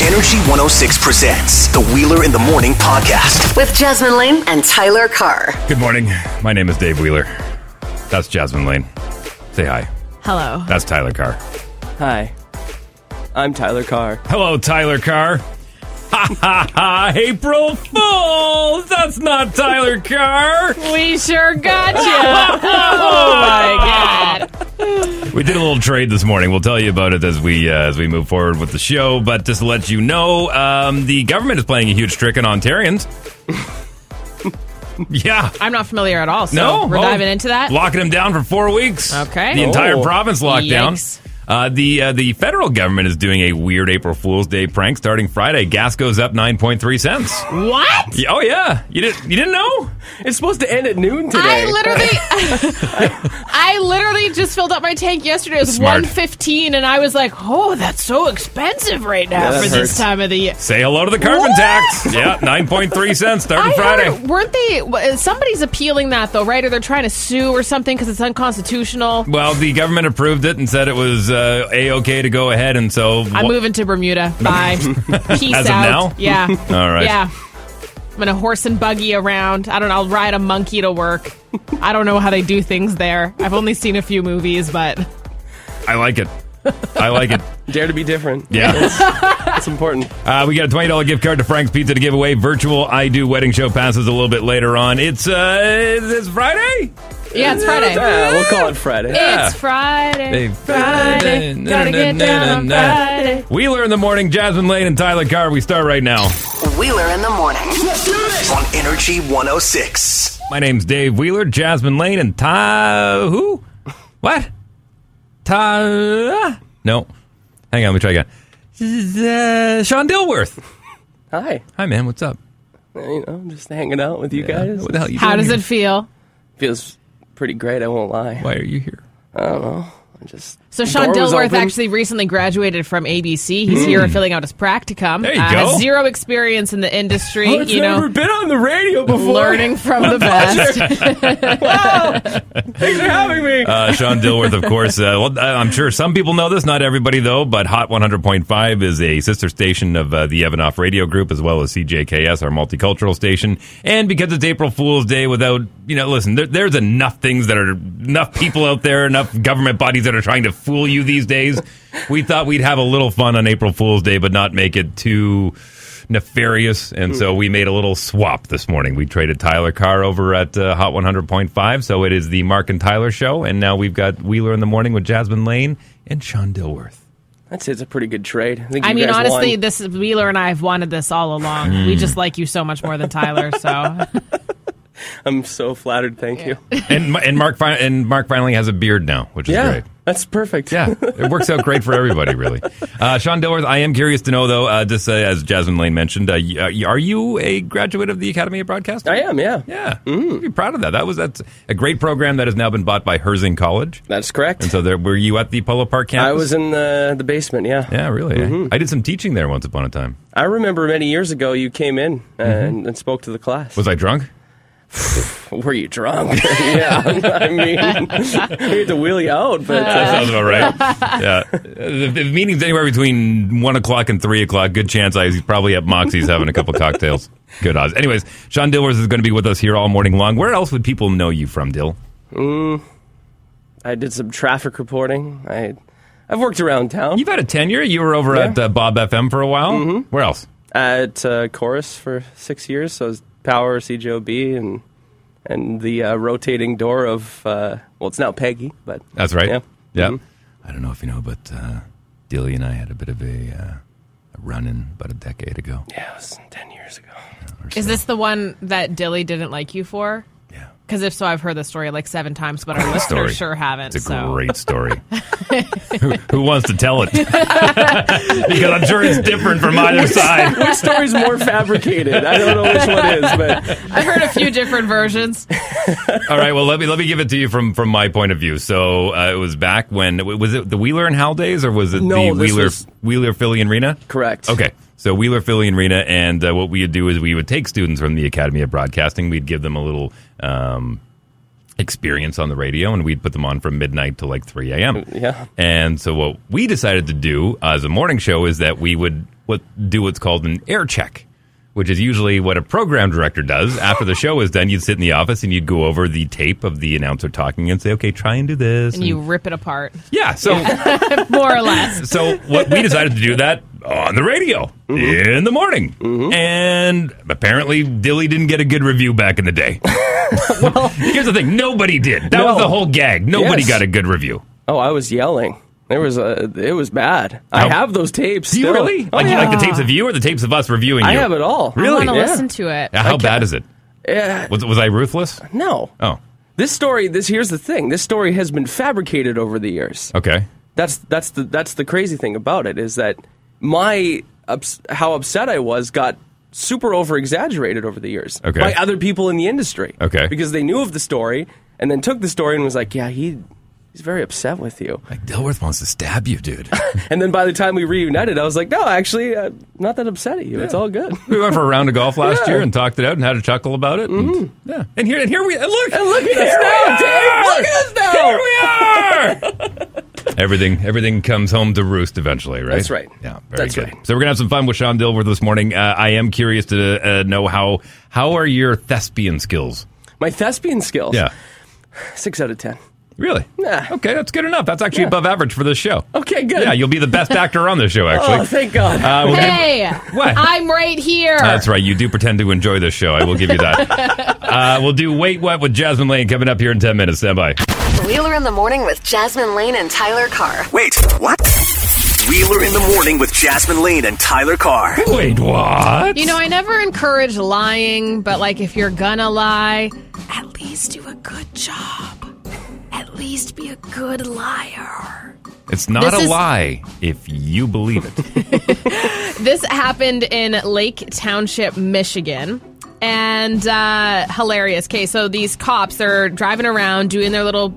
Energy 106 presents the Wheeler in the Morning podcast. with Jasmine Lane and Tyler Carr. Good morning. My name is Dave Wheeler. That's Jasmine Lane. Say hi. Hello. That's Tyler Carr. Hi. I'm Tyler Carr. Hello, Tyler Carr. Ha ha ha! April Fools! That's not Tyler Carr! We sure got you. oh my god. We did a little trade this morning. We'll tell you about it as we uh, as we move forward with the show. But just to let you know, um, the government is playing a huge trick on Ontarians. yeah. I'm not familiar at all. So No, we're oh, diving into that. Locking them down for four weeks. Okay. the entire Oh. province locked down. Yikes. Uh, the uh, the federal government is doing a weird April Fool's Day prank starting Friday. Gas goes up nine point three cents. What? Y- oh yeah, you didn't you didn't know? It's supposed to end at noon I today. literally I literally just filled up my tank yesterday. It was Smart. 115 and I was like, "Oh, that's so expensive right now Yeah, that for hurts. this time of the year." Say hello to the carbon What? tax. Yeah, nine point three cents starting I Friday. heard, weren't they w- somebody's appealing that though, right? Or they're trying to sue or something cuz it's unconstitutional. Well, the government approved it and said it was uh, a okay to go ahead, and so I'm moving to Bermuda. Bye. Peace As of out. now? Yeah. All right. Yeah. I'm gonna horse and buggy around. I don't know. I'll ride a monkey to work. I don't know how they do things there. I've only seen a few movies, but I like it. I like it. Dare to be different. Yeah. That's important. Uh, we got a twenty dollar gift card to Frank's Pizza to give away. Virtual I Do wedding show passes a little bit later on. It's uh, it's Friday. yeah, it's Friday. Yeah, we'll call it Friday. It's Friday. Friday, Gotta get down on Friday. Wheeler in the morning, Jasmine Lane and Tyler Carr. We start right now. Wheeler in the morning. On Energy 106. My name's Dave Wheeler, Jasmine Lane, and Ty. Who? What? Ty. No. Hang on, let me try again. Uh, Sean Dilworth. Hi. Hi, man. What's up? You know, just hanging out with you guys. What the hell are you How doing does here? it feel? Feels pretty great, I won't lie. Why are you here? I don't know. I just So Sean Door was Dilworth open. Hmm. actually recently graduated from ABC. He's here filling out his practicum. There you uh, go. Zero experience in the industry. I've you Oh, never know, been on the radio before. learning from the best. Thanks for having me. Uh, Sean Dilworth, of course. Uh, well, I- I'm sure some people know this, not everybody though. But Hot 100.5 is a sister station of uh, the Evanoff Radio Group, as well as CJKS, our multicultural station. And because it's April Fool's Day, without you know, listen, there, there's enough things that are enough people out there, enough government bodies that are trying to fool you these days. We thought we'd have a little fun on April Fool's Day, but not make it too nefarious. And so Hmm. we made a little swap this morning. We traded Tyler Carr over at uh, Hot 100.5. So it is the Mark and Tyler show. And now we've got Wheeler in the morning with Jasmine Lane and Sean Dilworth. That's it's a pretty good trade. I think I you mean, guys honestly, won. Hmm. this Wheeler and I have wanted this all along. We just like you so much more than Tyler. So I'm so flattered. Thank you. And and Mark fi- and Mark finally has a beard now, which is Yeah, great. that's perfect. Yeah, it works out great for everybody, really. Uh, Sean Dilworth, I am curious to know though, uh, just uh, as Jasmine Lane mentioned, uh, y- uh, y- are you a graduate of the Academy of Broadcasting? I am. Mm-hmm. Yeah, Yeah, You'd be proud of that. That was that's a great program that has now been bought by Herzing College. that's correct. So there, were you at the Polo Park campus? I was Mm-hmm. in the the basement. Yeah, Yeah, really. I, I did some teaching there once upon a time. I remember many years ago you came in and, and spoke to the class. Was I drunk? Were you drunk? yeah, I mean, we had to wheel you out, but That uh, sounds about right. yeah. If, if meeting's anywhere between 1 o'clock and 3 o'clock, good chance I, he's probably at Moxie's having a couple cocktails. Good odds. Anyways, Sean Dilworth is going to be with us here all morning long. Where else would people know you from, Dill? I did some traffic reporting. I, I've worked around town You've had a tenure. You were over Yeah. Mm-hmm. at uh, Bob FM for a while. Where else? at uh, Chorus for six years. So I was Power, CJOB, and and the uh, rotating door of uh, well, it's now Peggy, but That's right. Yeah. Mm-hmm. Yeah. I don't know if you know, but uh, Dilly and I had a bit of a, uh, a run-in about a decade ago. yeah, it was ten years ago. or is so. this the one that Dilly didn't like you for? Yeah. Because if so, I've heard the story like seven times, but our listeners sure haven't. It's a so great story. who, who wants to tell it? because I'm sure it's different from either side. Which story's more fabricated? I don't know which one is, but I've heard a few different versions. All right, well let me let me give it to you from from my point of view. So uh, it was back when was it the Wheeler and Howell days or was it No, the this Wheeler was- Wheeler Philly and Rena? correct. Okay. So Wheeler, Philly, and Rena, and uh, what we would do is we would take students from the Academy of Broadcasting. We'd give them a little um, experience on the radio, and we'd put them on from midnight to like three a.m. Mm, Yeah. And so what we decided to do as a morning show is that we would what do what's called an air check, which is usually what a program director does after the show is done. You'd sit in the office and you'd go over the tape of the announcer talking and say, "Okay, try and do this." and you rip it apart, yeah, so more or less. so what we decided to do that on the radio in the morning, and apparently Dilly didn't get a good review back in the day. here's the thing: nobody did. That was No. the whole gag. Nobody Yes. got a good review. Oh, I was yelling. There was a. It was bad. I How- have those tapes. Do you still. really Oh, like yeah. like the tapes of you or the tapes of us reviewing I you? have it all. I Really? want to Yeah. listen to it. How bad is it? Yeah. Was was I ruthless? No. Oh, This story. This here's the thing. This story has been fabricated over the years. okay. That's that's the that's the crazy thing about it is that my ups, how upset I was got super over exaggerated over the years Okay. by other people in the industry. Okay. because they knew of the story and then took the story and was like, yeah, he he's very upset with you. Like Dilworth wants to stab you, dude. And then by the time we reunited, I was like, no, actually, i not that upset at you. It's all good. we went for a round of golf last Yeah. Mm-hmm. year and talked it out and had a chuckle about it. and- yeah, and here and here we and look And look at here us now, we are! Dave. Look at us now. Here we are. everything everything comes home to roost eventually, right? That's right. Yeah, very That's good. right. So we're gonna have some fun with Sean Dilworth this morning. Uh, I am curious to uh, know how how are your thespian skills? My thespian skills. Yeah, Six out of ten. really? Yeah. Okay, that's good enough. That's actually above average for this show. Okay, good. Yeah, you'll be the best actor on this show. Actually, Oh, thank God. Uh, we'll give- Hey, What? I'm right here. That's right. You do pretend to enjoy this show. I will give you that. uh, we'll do Wait What with Jasmine Lane coming up here in 10 minutes. Stand by. Wheeler in the morning with Jasmine Lane and Tyler Carr. Wait, what? Wheeler in the morning with Jasmine Lane and Tyler Carr. Wait, what? You know, I never encourage lying, but like if you're gonna lie, at least do a good job. At least be a good liar. it's not a this is- lie if you believe it. This happened in Lake Township, Michigan. And uh, hilarious. Okay, so these cops, they're driving around doing their little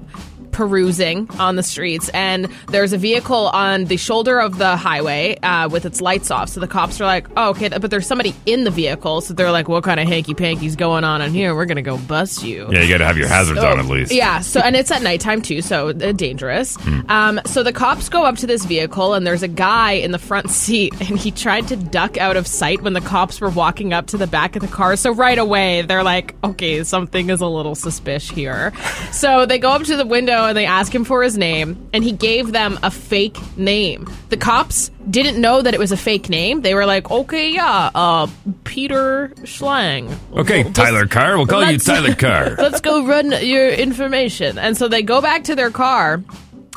perusing on the streets. And there's a vehicle on the shoulder of the highway uh, with its lights off. So the cops are like, oh, okay, but there's somebody in the vehicle. So they're like, what kind of hanky panky's going on in here? We're going to go bust you. Yeah, you got to have your hazards on at Oh, least. Hmm. Yeah. So, and it's at nighttime too, so uh, dangerous. Um, so the cops go up to this vehicle, and there's a guy in the front seat, and he tried to duck out of sight when the cops were walking up to the back of the car. So right away, they're like, "Okay, something is a little suspicious here." So they go up to the window and they ask him for his name, and he gave them a fake name. The cops didn't know that it was a fake name. They were like, "Okay, yeah, uh, Peter Schlang." Okay, Just- Tyler Carr. We'll call you let's- Tyler Carr. let's go run your information. And so they go back to their car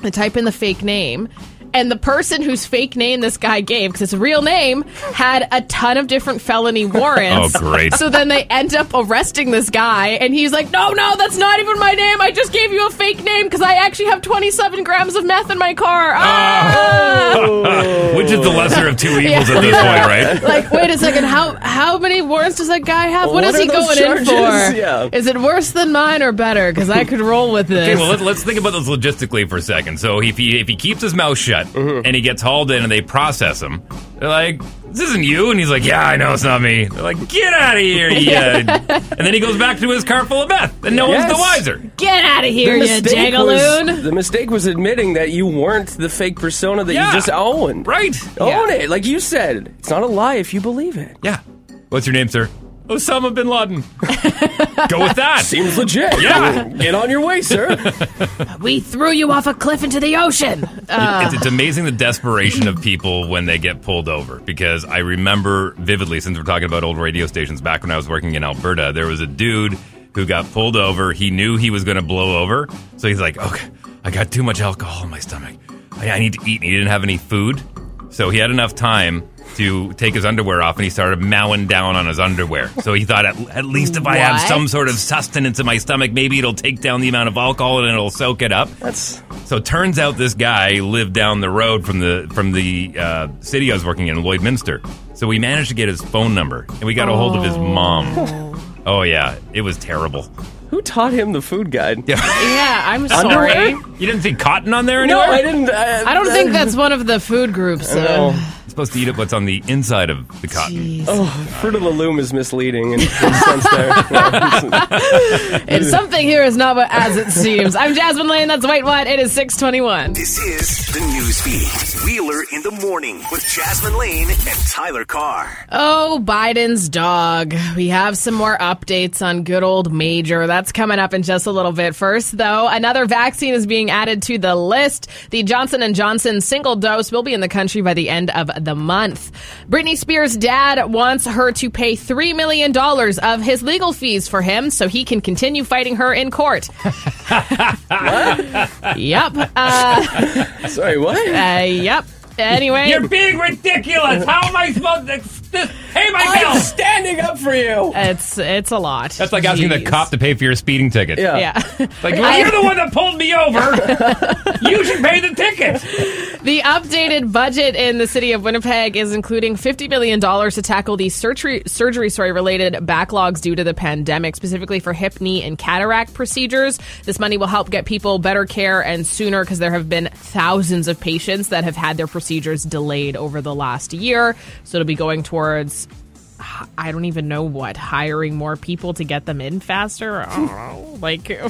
and type in the fake name. And the person whose fake name this guy gave, because it's a real name, had a ton of different felony warrants. Oh, great. So then they end up arresting this guy, and he's like, No, no, that's not even my name. I just gave you a fake name because I actually have 27 grams of meth in my car. Oh. Ah! Which is the lesser of two evils at this point, right? like, wait a second, how how many warrants does that guy have? What what is are he going those in charges? for? Yeah. Is it worse than mine or better? Because I could roll with this. Okay, well, let's, let's think about this logistically for a second. So if he if he keeps his mouth shut and he gets hauled in and they process him, they're like, "This isn't you," and he's like, "Yeah, I know it's not me." They're like, "Get out of here!" Yeah, and then he goes back to his car full of meth, and no one's the Yes. wiser. Get out of here, you was, jagaloon! the mistake was admitting that you weren't the fake persona that Yeah. you just owned. Right? Own it, like you said. It's not a lie if you believe it. Yeah. What's your name, sir? Osama bin Laden. Go with that. Seems legit. Yeah. Get on your way, sir. We threw you off a cliff into the ocean. it's, it's amazing the desperation of people when they get pulled over because I remember vividly, since we're talking about old radio stations, back when I was working in Alberta, there was a dude who got pulled over. He knew he was going to blow over. So he's like, okay, I got too much alcohol in my stomach. I, I need to eat. And he didn't have any food. So he had enough time to take his underwear off and he started mowing down on his underwear. So he thought, at, at least if I have What? some sort of sustenance in my stomach, maybe it'll take down the amount of alcohol and it'll soak it up. That's So it turns out this guy lived down the road from the from the uh, city I was working in, Lloydminster. So we managed to get his phone number, and we got a hold of his mom. Oh yeah, it was terrible. who taught him the food guide. yeah, I'm Underwear? sorry. You didn't see cotton on there No, anywhere? I didn't. Uh, I don't think that's one of the food groups. uh, No. supposed to eat up what's on the inside of the cotton. oh, Fruit of the Loom is misleading in, in a sense there. Yeah. It's something here is not as it seems. I'm Jasmine Lane. That's White White. It is 621. This is the news feed. Wheeler in the morning with Jasmine Lane and Tyler Carr. Oh, Biden's dog. We have some more updates on good old Major. That's coming up in just a little bit. First, though, another vaccine is being added to the list. The Johnson & Johnson single dose will be in the country by the end of the month. Britney Spears' dad wants her to pay $3 million of his legal fees for him so he can continue fighting her in court. yep. Uh, Sorry, what? uh, yep. Anyway. being ridiculous. How am I supposed to this, pay my I'm standing up for you. It's it's a lot. That's like asking the Jeez. cop to pay for your speeding ticket. Yeah. Yeah. Like, well, you're the one that pulled me over. you should pay the ticket. the updated budget in the city of Winnipeg is including $50 million to tackle the surgery, surgery sorry, related backlogs due to the pandemic, specifically for hip, knee, and cataract procedures. This money will help get people better care and sooner because there have been thousands of patients that have had their procedures delayed over the last year. So it'll be going towards. I don't even know what hiring more people to get them in faster. I don't know. Like,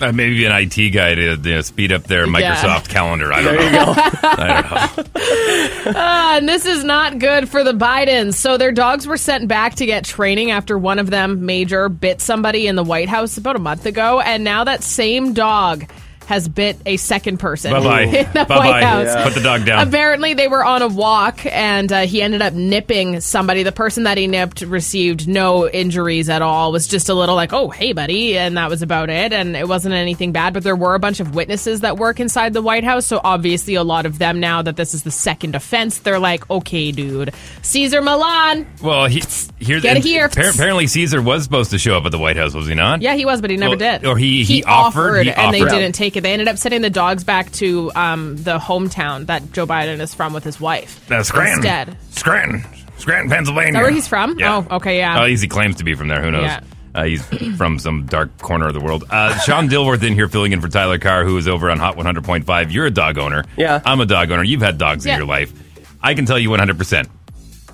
Uh, maybe an IT guy to you know, speed up their Yeah. Microsoft calendar. I don't know. I don't know. And this is not good for the Bidens. So their dogs were sent back to get training after one of them, Major, bit somebody in the White House about a month ago. And now that same dog has bit a second person. Bye In bye. the Bye White bye. House. Yeah. Put the dog down. Apparently, they were on a walk, and uh, he ended up nipping somebody. The person that he nipped received no injuries at all. Was just a little like, "Oh, hey, buddy," and that was about it. And it wasn't anything bad. But there were a bunch of witnesses that work inside the White House, so obviously, a lot of them now that this is the second offense, they're like, "Okay, dude, Caesar Milan." well, he, here, Get and here. appar- apparently, Caesar was supposed to show up at the White House, was he not? Yeah, he was, but he never Well, did. or he- he offered- he and they offered. didn't take it. They ended up sending the dogs back to um, the hometown that Joe Biden is from with his wife. Uh, Scranton. Instead. Scranton. Scranton, Pennsylvania. Is that where he's from? Oh, okay, yeah. At least he claims to be from there. Who knows? Yeah. Uh, he's from some dark corner of the world. Uh, Sean Dilworth in here filling in for Tyler Carr, who is over on Hot 100.5. You're a dog owner. Yeah. I'm a dog owner. You've had dogs Yeah. in your life. I can tell you 100%.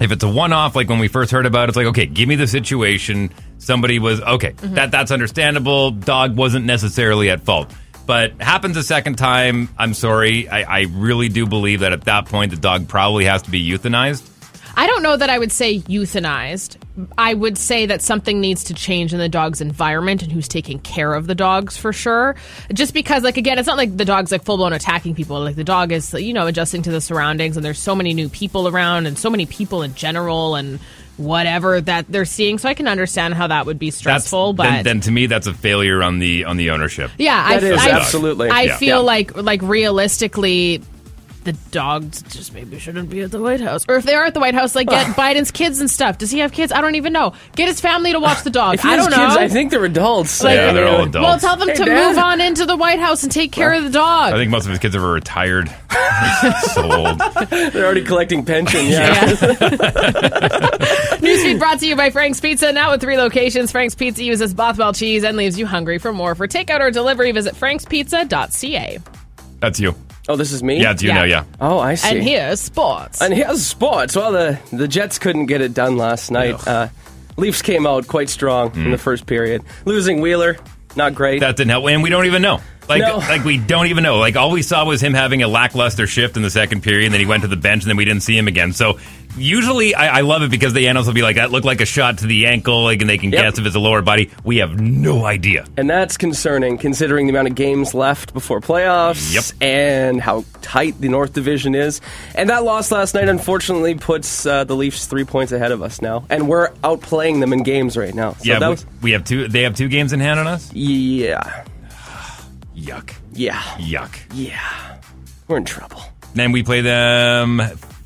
If it's a one off, like when we first heard about it, it's like, okay, give me the situation. Somebody was, okay, Mm-hmm. that, that's understandable. Dog wasn't necessarily at fault. But happens a second time, I'm sorry. I, I really do believe that at that point, the dog probably has to be euthanized. I don't know that I would say euthanized. I would say that something needs to change in the dog's environment and who's taking care of the dogs for sure. Just because, like, again, it's not like the dog's like full blown attacking people. Like, the dog is, you know, adjusting to the surroundings, and there's so many new people around and so many people in general and whatever that they're seeing. So I can understand how that would be stressful, but. then, then to me that's a failure on the on the ownership. yeah, That I, is I, absolutely- I Yeah. feel Yeah. like like realistically, the dogs just maybe shouldn't be at the White House, or if they are at the White House, like get Biden's kids and stuff. Does he have kids? I don't even know. Get his family to watch the dog. If he I has don't kids, know. I think they're adults. Like- Yeah, they're all adults. Well, tell them Hey, to Dad. move on into the White House and take care of the dog. I think most of his kids are retired. so old. They're already collecting pension. Yeah. Yeah. Newsfeed brought to you by Frank's Pizza. Now with three locations, Frank's Pizza uses Bothwell cheese and leaves you hungry for more. For takeout or delivery, visit frankspizza.ca. That's you. Oh, this is me. Yeah, it's you Yeah. now, yeah. Oh, I see. And here's sports. And here's sports. Well, the, the Jets couldn't get it done last night. Uh, Leafs came out quite strong in the first period, losing Wheeler. Not great. Hmm. That didn't help. And we don't even know. Like No. like we don't even know. Like all we saw was him having a lackluster shift in the second period, and then he went to the bench and then we didn't see him again. So usually I, I love it because the analysts will be like, that looked like a shot to the ankle, like and they can Yep. guess if it's a lower body. We have no idea. and that's concerning, considering the amount of games left before playoffs Yep. and how tight the North Division is. And that loss last night, unfortunately, puts uh, the Leafs three points ahead of us now. And we're outplaying them in games right now. So yeah, that we, was. we have two they have two games in hand on us? Yeah. Yuck. Yeah. Yuck. Yeah. We're in trouble. Then we play them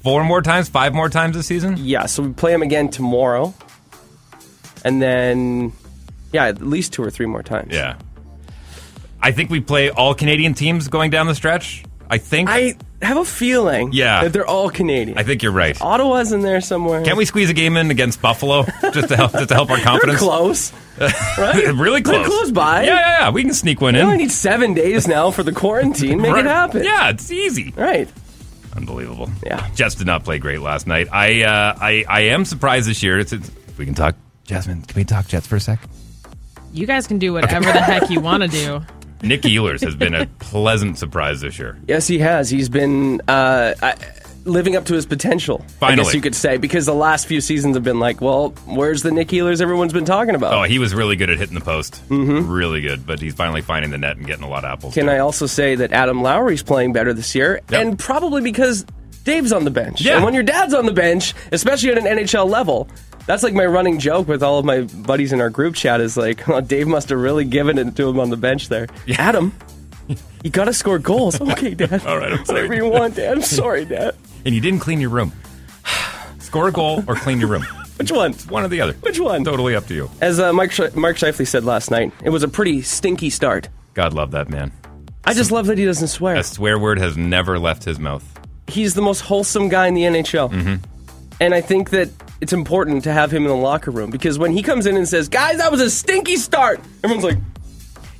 four more times, five more times this season? Yeah, so we play them again tomorrow. And then, yeah, at least two or three more times. Yeah. I think we play all Canadian teams going down the stretch. I think. I, I have a feeling Yeah. that they're all Canadian. think you're right. Ottawa's in there somewhere. Can't we squeeze a game in against Buffalo just to help just to help our They're confidence? close. right? really close. They're close by. Yeah, yeah, yeah. We can sneak one We in. only need seven days now for the quarantine. Make Right. it happen. Yeah, it's easy. Right. unbelievable. Yeah. Jets did not play great last night. I uh, I I am surprised this year. It's, it's we can talk. Jasmine, can we talk Jets for a sec? You guys can do whatever the heck you want to do. Nick Ehlers has been a pleasant surprise this year. Yes, he has. He's been uh, I, living up to his potential. I Finally. guess you could say because the last few seasons have been like, well, where's the Nick Healers everyone's been talking about? Oh, he was really good at hitting the post. Really good, but he's finally finding the net and getting a lot of apples. Mm-hmm. Can too. I also say that Adam Lowry's playing better this year, Yep. and probably because Dave's on the bench. Yeah. And when your dad's on the bench, especially at an NHL level, that's like my running joke with all of my buddies in our group chat is like, oh, Dave must have really given it to him on the bench there. Adam, you got to score goals. Okay, Dad. All right, I'm sorry. Whatever you want, Dad. I'm sorry, Dad. And you didn't clean your room. Score a goal or clean your room. Which one? One or the other. Which one? Totally up to you. As uh, Mark, Sh- Mark Shifley said last night, it was a pretty stinky start. God love that man. I just love that he doesn't swear. A swear word has never left his mouth. he's the most wholesome guy in the NHL. And I think that it's important to have him in the locker room because when he comes in and says, "Guys, that was a stinky start," everyone's like,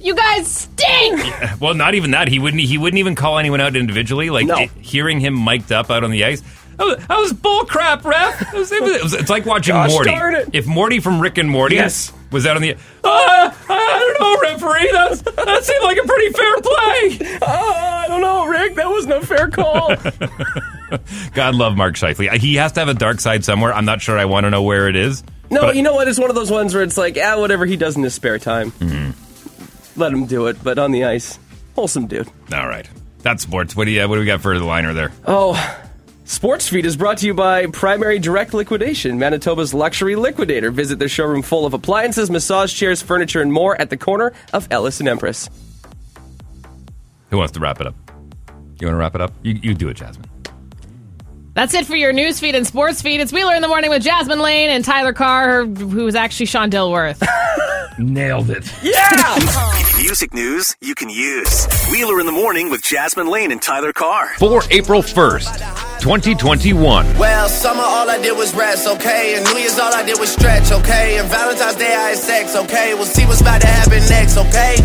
You guys stink! Well, not even that. He wouldn't. He wouldn't even call anyone out individually. Like No. it- hearing him mic'd up out on the ice. That was, that was bull crap, ref. It was- it was- it's like watching Gosh Morty. darn it. If Morty from Rick and Morty Yes. was out on the, uh, I don't know, referee. That's, that seemed like a pretty fair play. "Ah, "I don't know, Rick, that wasn't a fair call." God love Mark Scheifele. He has to have a dark side somewhere. I'm not sure. I want to know where it is. no, But- you know what? It's one of those ones where it's like, "Ah, whatever he does in his spare time, let him do it." But on the ice, wholesome dude. All right, that's sports. What do you? What do we got for the liner there? Oh, Sports Feed is brought to you by Primary Direct Liquidation, Manitoba's luxury liquidator. Visit their showroom full of appliances, massage chairs, furniture, and more at the corner of Ellis and Empress. Who wants to wrap it up? You want to wrap it up? You, you do it, Jasmine. That's it for your news feed and sports feed. It's Wheeler in the Morning with Jasmine Lane and Tyler Carr, who is actually Sean Dilworth. Nailed it. Yeah! Music news you can use. Wheeler in the morning with Jasmine Lane and Tyler Carr. For April 1st, 2021. Well, summer all I did was rest, okay? And New Year's all I did was stretch, okay? And Valentine's Day I had sex, okay? We'll see what's about to happen next, okay?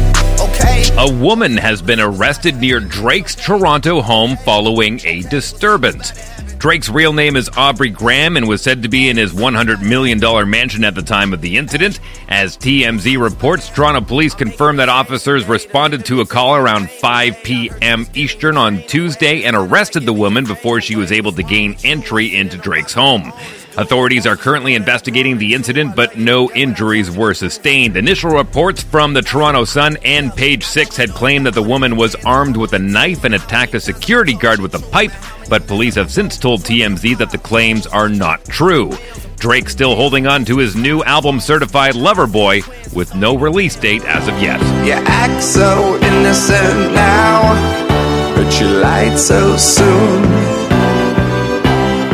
Okay? A woman has been arrested near Drake's Toronto home following a disturbance. Drake's real name is Aubrey Graham and was said to be in his $100 million mansion at the time of the incident. As TMZ reports, Toronto police confirmed that officers responded to a call around 5 p.m. Eastern on Tuesday and arrested the woman before she was able to gain entry into Drake's home. Authorities are currently investigating the incident, but no injuries were sustained. Initial reports from the Toronto Sun and Page Six had claimed that the woman was armed with a knife and attacked a security guard with a pipe, but police have since told TMZ that the claims are not true. Drake still holding on to his new album certified Lover Boy with no release date as of yet. You act so innocent now, but you lied so soon.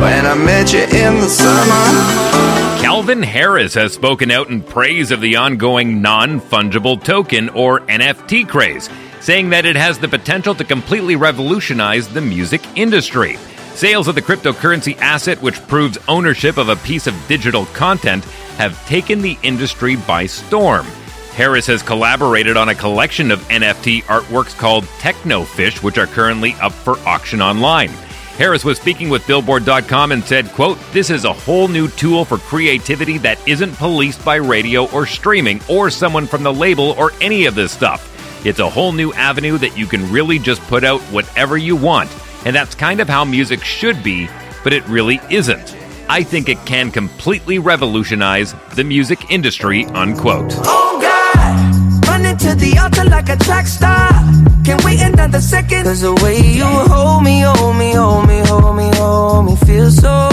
When I met you in the summer, Calvin Harris has spoken out in praise of the ongoing non fungible token, or NFT, craze, saying that it has the potential to completely revolutionize the music industry. Sales of the cryptocurrency asset, which proves ownership of a piece of digital content, have taken the industry by storm. Harris has collaborated on a collection of NFT artworks called Technofish, which are currently up for auction online. Harris was speaking with Billboard.com and said, quote, This is a whole new tool for creativity that isn't policed by radio or streaming or someone from the label or any of this stuff. It's a whole new avenue that you can really just put out whatever you want. And that's kind of how music should be, but it really isn't. I think it can completely revolutionize the music industry, unquote. oh God, running to the altar like a track star. Can't wait another second. Cause the way you hold me, hold me, hold me, hold me, hold me, feels so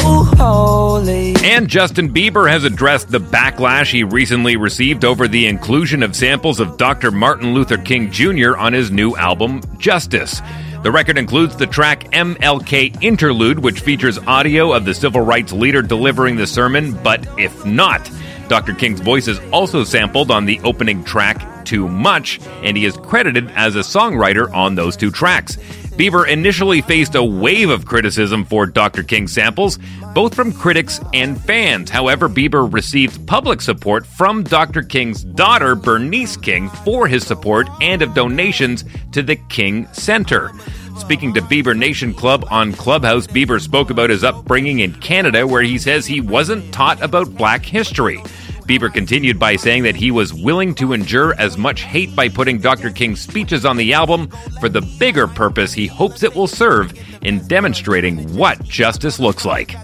holy. And Justin Bieber has addressed the backlash he recently received over the inclusion of samples of Dr. Martin Luther King Jr. on his new album, Justice. The record includes the track MLK Interlude, which features audio of the civil rights leader delivering the sermon, but if not, Dr. King's voice is also sampled on the opening track, Too Much, and he is credited as a songwriter on those two tracks. Bieber initially faced a wave of criticism for Dr. King samples, both from critics and fans. However, Bieber received public support from Dr. King's daughter, Bernice King, for his support and of donations to the King Center. Speaking to Bieber Nation Club on Clubhouse, Bieber spoke about his upbringing in Canada, where he says he wasn't taught about black history. Bieber continued by saying that he was willing to endure as much hate by putting Dr. King's speeches on the album for the bigger purpose he hopes it will serve in demonstrating what justice looks like.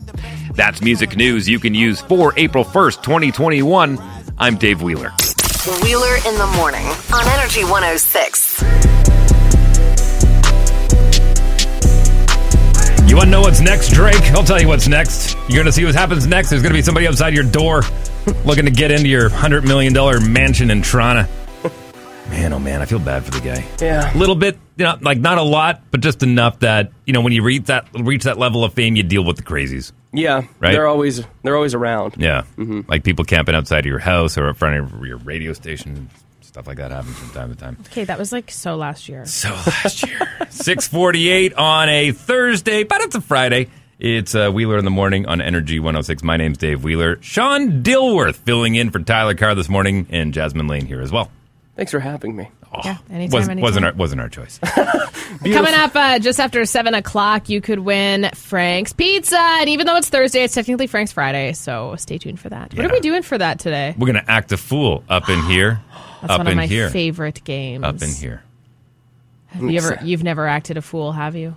That's music news you can use for April 1st, 2021. I'm Dave Wheeler. Wheeler in the morning on Energy 106. You want to know what's next, Drake? I'll tell you what's next. You're going to see what happens next. There's going to be somebody outside your door looking to get into your $100 million mansion in Toronto. Man, oh man, I feel bad for the guy. Yeah. A little bit, you know, like not a lot, but just enough that, you know, when you reach that reach that level of fame, you deal with the crazies. Yeah, Right? they're always they're always around. Yeah. Like people camping outside of your house or in front of your radio station. Stuff like that happens from time to time. Okay, that was like so last year. So last year, 648 on a Thursday, but it's a Friday. It's uh, Wheeler in the morning on Energy 106. My name's Dave Wheeler. Sean Dilworth filling in for Tyler Carr this morning, and Jasmine Lane here as well. Thanks for having me. Yeah, anytime, was, anytime. Wasn't our, wasn't our choice. Coming up uh, just after 7 o'clock, you could win Frank's Pizza. And even though it's Thursday, it's technically Frank's Friday. So stay tuned for that. What Yeah. are we doing for that today? We're gonna act a fool up in here, That's up one in of my here, favorite games. up in here. Have you ever, you've never acted a fool, have you?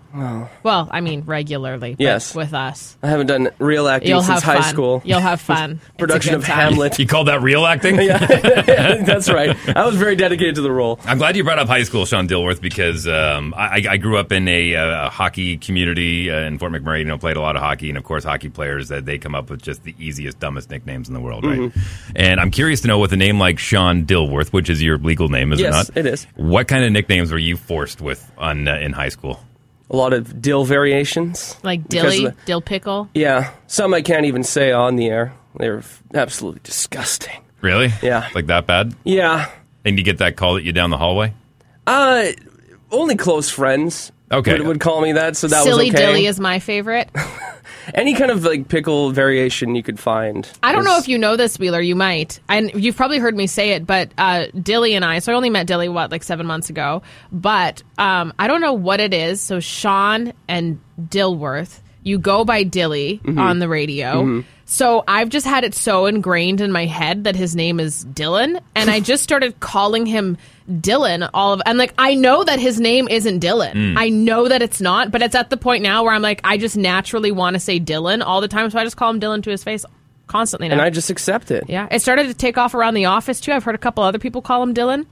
Well, I mean, regularly. but Yes. With us. I haven't done real acting You'll since have high fun. school. You'll have fun. It's a Production good of time. Hamlet. You called that real acting? That's right. I was very dedicated to the role. I'm glad you brought up high school, Sean Dilworth, because um, I, I grew up in a, uh, hockey community uh, in Fort McMurray. You know, played a lot of hockey, and of course, hockey players that they come up with just the easiest, dumbest nicknames in the world, right? Mm-hmm. And I'm curious to know, with a name like Sean Dilworth, which is your legal name, is Yes, it not? it is. What kind of nicknames were you forced with on uh, in high school? A lot of dill variations. Like because Dilly, of the- Dill Pickle. yeah, some I can't even say on the air. They're f- absolutely disgusting. Really? Yeah. Like that bad? Yeah. And you get that call at you down the hallway? Uh, only close friends. Okay. Would, would call me that, so that Silly was okay. Dilly is my favorite. Any kind of like pickle variation you could find. I don't is- know if you know this, Wheeler. You might, and you've probably heard me say it, but uh, Dilly and I. So I only met Dilly what like seven months ago, but um, I don't know what it is. So Sean and Dilworth, you go by Dilly Mm-hmm. on the radio. So I've just had it so ingrained in my head that his name is Dylan, and I just started calling him Dylan all of and like I know that his name isn't Dylan. Mm. I know that it's not, but it's at the point now where I'm like I just naturally want to say Dylan all the time, so I just call him Dylan to his face constantly now. And I just accept it. yeah, it started to take off around the office too. I've heard a couple other people call him Dylan.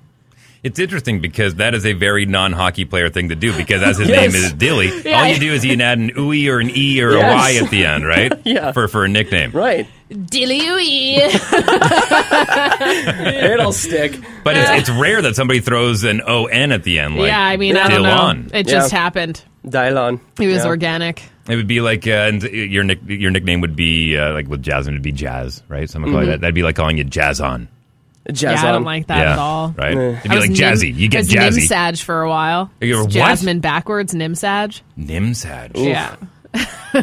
It's interesting because that is a very non-hockey player thing to do because as his Yes. name is Dilly, Yeah. all you do is you can add an ooey or an e or Yes. a y at the end, right? Yeah. For for a nickname. Right. Dilly. It'll stick. But it's, it's rare that somebody throws an o n at the end. Like, yeah, I mean, I don't Dylan. know. It just Yeah. happened. Dylon. It was Yeah. organic. It would be like, uh, and your nick, your nickname would be uh, like with Jasmine would be Jazz, right? Someone Mm-hmm. call you that. That'd be like calling you Jazz on. Jazz yeah, I on. don't like that yeah, at all. Right? It'd I be was like Nim- Jazzy. you I get was Jazzy. Nimsaj for a while. You were It's what? Jasmine backwards, Nimsaj. Nimsaj. Yeah.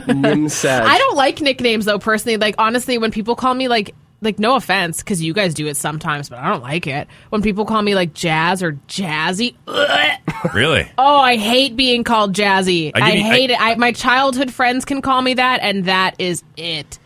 Nim Sag. I don't like nicknames though personally. Like honestly, when people call me like like no offense because you guys do it sometimes, but I don't like it when people call me like Jazz or Jazzy. ugh. Really? Oh, I hate being called Jazzy. I I, give you- hate I- it. I, my childhood friends can call me that, and that is it.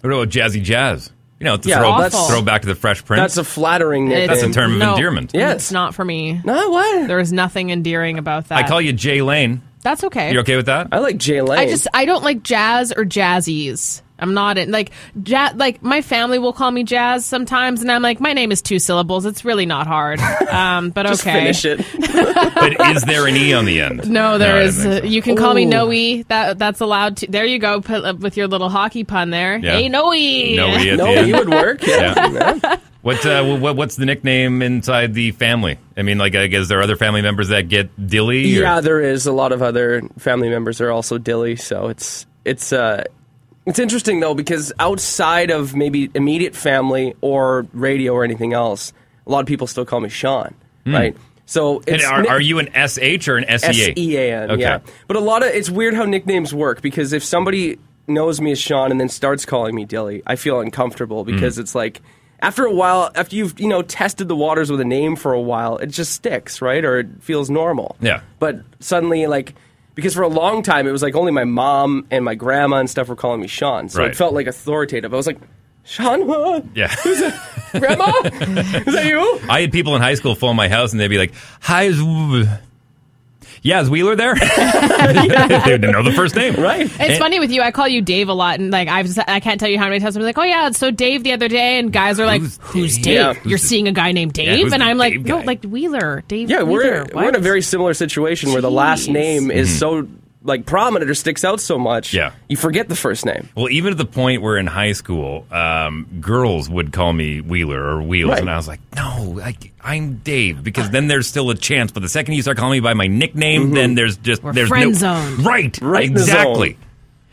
What about Jazzy Jazz? You know, it's a Yeah, throw, that's- throw back to the Fresh Prince. That's a flattering nickname. It- That's a term of no, endearment. Yes. it's not for me. No, what? There is nothing endearing about that. I call you Jay Lane. That's okay. You okay with that? I like Jay Lane. I just I don't like jazz or jazzies. I'm not in like ja- like my family will call me jazz sometimes, and I'm like my name is two syllables. It's really not hard. Um, but Just okay. finish it. but is there an e on the end? No, there I don't is. think uh, so. you can call me Ooh. Noe. That that's allowed. to There you go. Put up with your little hockey pun there. Yeah. Hey Noe. no e at No, the end. you would work. Yeah. Yeah. What, uh, wh- what what's the nickname inside the family? I mean, like, I guess there are other family members that get Dilly. Or, Yeah, there is a lot of other family members are also dilly, so it's it's uh it's interesting though because outside of maybe immediate family or radio or anything else, a lot of people still call me Sean, right? So Hmm. And it's are, ni- are you an S H or an S E A? S E A N, Okay. yeah. But a lot of it's weird how nicknames work because if Mm. somebody knows me as Sean and then starts calling me Dilly, I feel uncomfortable because it's like after a while, after you've you know tested the waters with a name for a while, it just sticks, right? Or it feels normal. Yeah. But suddenly, like, because for a long time it was like only my mom and my grandma and stuff were calling me Sean, so Right. it felt like authoritative. I was like, Sean, huh? Yeah. grandma, is that you? I had people in high school phone my house and they'd be like, "Hi, is W- yeah, is Wheeler there?" they didn't know the first name, Right. It's And- funny with you. I call you Dave a lot, and like I've I can't tell you how many times I'm like, oh yeah, so Dave the other day, and guys are like, Who's who's, Dave? Dave? Yeah. You're seeing a guy named Yeah, Dave, who's and the I'm like, Dave no, guy?" like Wheeler, Dave. Yeah, we're Wheeler, we're in a what?" very similar situation where the last Jeez. name is so like prominent or sticks out so much. Mm-hmm. Yeah. you forget the first name. Well, even at the point where in high school, um, girls would call me Wheeler or Wheels, Right. and I was like, "No, I, I'm Dave," because then there's still a chance. But the second you start calling me by my nickname, then there's just We're there's friend no, zoned. Right, Right in the exactly. zone.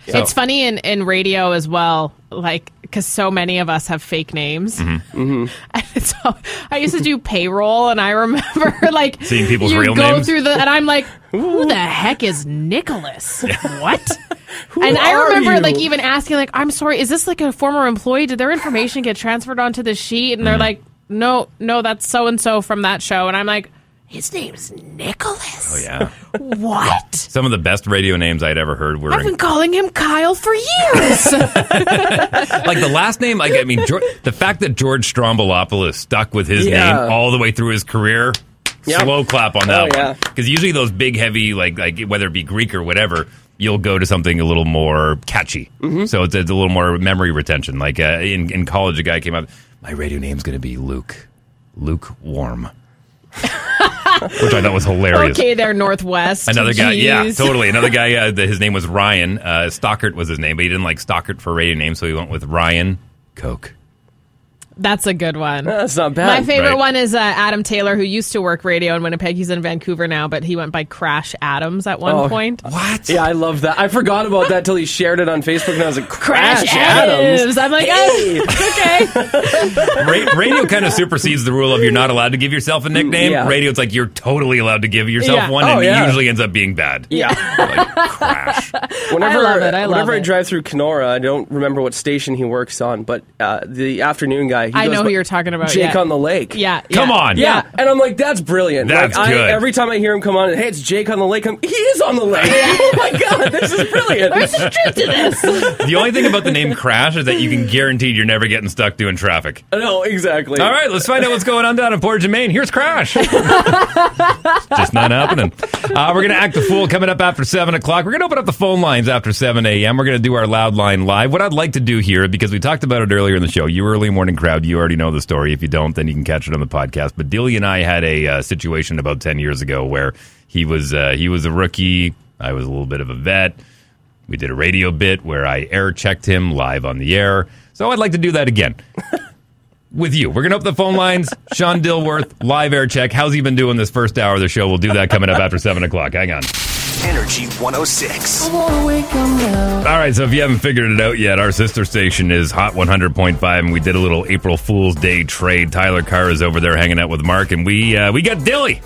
It's funny in, in radio as well, like because so many of us have fake names. Mm-hmm. Mm-hmm. And so I used to do payroll, and I remember like Seeing people's you real go names? through the, and I'm like, who the heck is Nicholas? What? and I are remember you? like even asking, like, I'm sorry, is this like a former employee? Did their information get transferred onto the sheet? Mm-hmm. And they're like, no, no, that's so and so from that show. And I'm like, his name's Nicholas. Oh, Yeah. What? Some of the best radio names I'd ever heard were I've been calling him Kyle for years. like the last name. Like I mean, George, the fact that George Strombolopoulos stuck with his Yeah. name all the way through his career. Yeah. Slow clap on that Oh, yeah. one because usually those big, heavy, like like whether it be Greek or whatever, you'll go to something a little more catchy. Mm-hmm. So it's, it's a little more memory retention. Like uh, in in college, a guy came up. My radio name's going to be Luke, Luke Warm, which I thought was hilarious. Okay, there, Northwest. Another guy, yeah, Jeez. totally. Another guy, uh, that his name was Ryan. Uh, Stockert was his name, but he didn't like Stockert for radio name, so he went with Ryan Coke. That's a good one. That's not bad. My favorite Right. one is uh, Adam Taylor, who used to work radio in Winnipeg. He's in Vancouver now, but he went by Crash Adams at one Oh. point. What? Yeah, I love that. I forgot about that till he shared it on Facebook, and I was like, Crash, Crash, Adams. Adams. I'm like, oh, okay. Ra- radio kind of supersedes the rule of you're not allowed to give yourself a nickname. Yeah. Radio, it's like you're totally allowed to give yourself Yeah. one, Oh, and yeah. it usually ends up being bad. Yeah. Like, crash. Whenever I love it, I love whenever I it. drive through Kenora, I don't remember what station he works on, but uh, the afternoon guy. He I goes know who by you're talking about. Jake yeah. on the lake. Yeah. Come yeah. on. Yeah, and I'm like, that's brilliant. That's like, good. I, every time I hear him come on, and hey, it's Jake on the lake. I'm, he is on the lake. oh my god, this is brilliant. There's some truth to this. The only thing about the name Crash is that you can guarantee you're never getting stuck doing traffic. no, exactly. All right, let's find out what's going on down in Portage, Maine. Here's Crash. Just not happening. Uh, we're going to act the fool coming up after 7 o'clock. We're going to open up the phone lines after 7 a.m. We're going to do our loud line live. What I'd like to do here, because we talked about it earlier in the show, you early morning crowd, you already know the story. If you don't, then you can catch it on the podcast. But Dilly and I had a uh, situation about 10 years ago where he was, uh, he was a rookie, I was a little bit of a vet. We did a radio bit where I air checked him live on the air. So I'd like to do that again with you. We're going to open the phone lines. Sean Dilworth, live air check. How's he been doing this first hour of the show? We'll do that coming up after 7 o'clock. Hang on. Energy 106. All right, so if you haven't figured it out yet, our sister station is Hot 100.5, and we did a little April Fool's Day trade. Tyler Carr is over there hanging out with Mark, and we uh, we got Dilly.